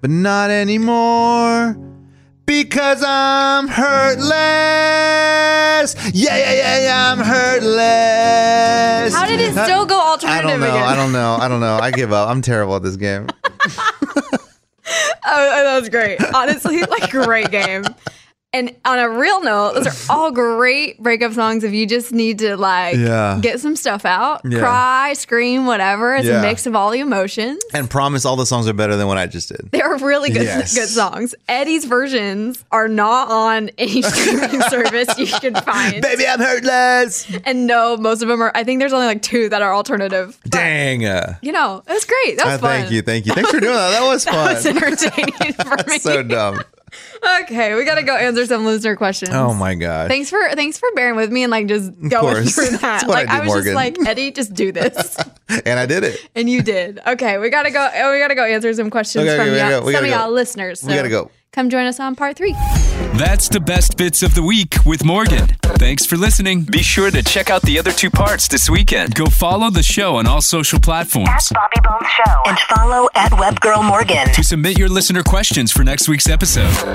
[SPEAKER 5] but not anymore. Because I'm hurtless. Yeah, yeah, yeah, yeah, I'm hurtless.
[SPEAKER 4] How did it
[SPEAKER 5] I-
[SPEAKER 4] still go
[SPEAKER 5] I
[SPEAKER 4] alternative
[SPEAKER 5] don't know.
[SPEAKER 4] again?
[SPEAKER 5] I don't know. I don't know. I give up. I'm terrible at
[SPEAKER 4] <laughs>
[SPEAKER 5] this game.
[SPEAKER 4] Oh, that was great. Honestly, <laughs> like great game. And on a real note, those are all great breakup songs if you just need to like
[SPEAKER 5] Yeah.
[SPEAKER 4] get some stuff out,
[SPEAKER 5] Yeah.
[SPEAKER 4] cry, scream, whatever. It's
[SPEAKER 5] Yeah.
[SPEAKER 4] a mix of all the emotions.
[SPEAKER 5] And promise all the songs are better than what I just did.
[SPEAKER 4] <laughs> They are really good
[SPEAKER 5] Yes.
[SPEAKER 4] good songs. Eddie's versions are not on <laughs> any
[SPEAKER 5] <laughs>
[SPEAKER 4] streaming service you can find.
[SPEAKER 5] Baby, I'm hurtless.
[SPEAKER 4] And no, most of them are I think there's only like two that are alternative.
[SPEAKER 5] Dang. Uh,
[SPEAKER 4] You know, it was great. That was
[SPEAKER 5] uh,
[SPEAKER 4] fun.
[SPEAKER 5] thank you. Thank you. Thanks for doing that. That was
[SPEAKER 4] <laughs> That
[SPEAKER 5] fun.
[SPEAKER 4] was
[SPEAKER 5] <laughs>
[SPEAKER 4] entertaining for me.
[SPEAKER 5] so dumb.
[SPEAKER 4] okay, we gotta go answer some listener questions.
[SPEAKER 5] Oh my gosh.
[SPEAKER 4] Thanks for thanks for bearing with me and like just going
[SPEAKER 5] course.
[SPEAKER 4] through that.
[SPEAKER 5] That's what
[SPEAKER 4] like
[SPEAKER 5] I do,
[SPEAKER 4] was
[SPEAKER 5] Morgan.
[SPEAKER 4] just like Eddie, just do
[SPEAKER 5] <laughs>
[SPEAKER 4] this,
[SPEAKER 5] and I did it.
[SPEAKER 4] and you did. Okay, we gotta go. oh, We gotta go answer some questions
[SPEAKER 5] Okay, okay,
[SPEAKER 4] from
[SPEAKER 5] we gotta
[SPEAKER 4] y'all,
[SPEAKER 5] go, we
[SPEAKER 4] some of
[SPEAKER 5] gotta go.
[SPEAKER 4] y'all listeners.
[SPEAKER 5] We gotta go.
[SPEAKER 4] Come join us on part three.
[SPEAKER 1] That's the best bits of the week with Morgan. Thanks for listening. Be sure to check out the other two parts this weekend. Go follow the show on all social platforms.
[SPEAKER 3] Bobby Bones Show. And follow at WebGirl Morgan.
[SPEAKER 1] To submit your listener questions for next week's episode.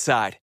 [SPEAKER 6] Side.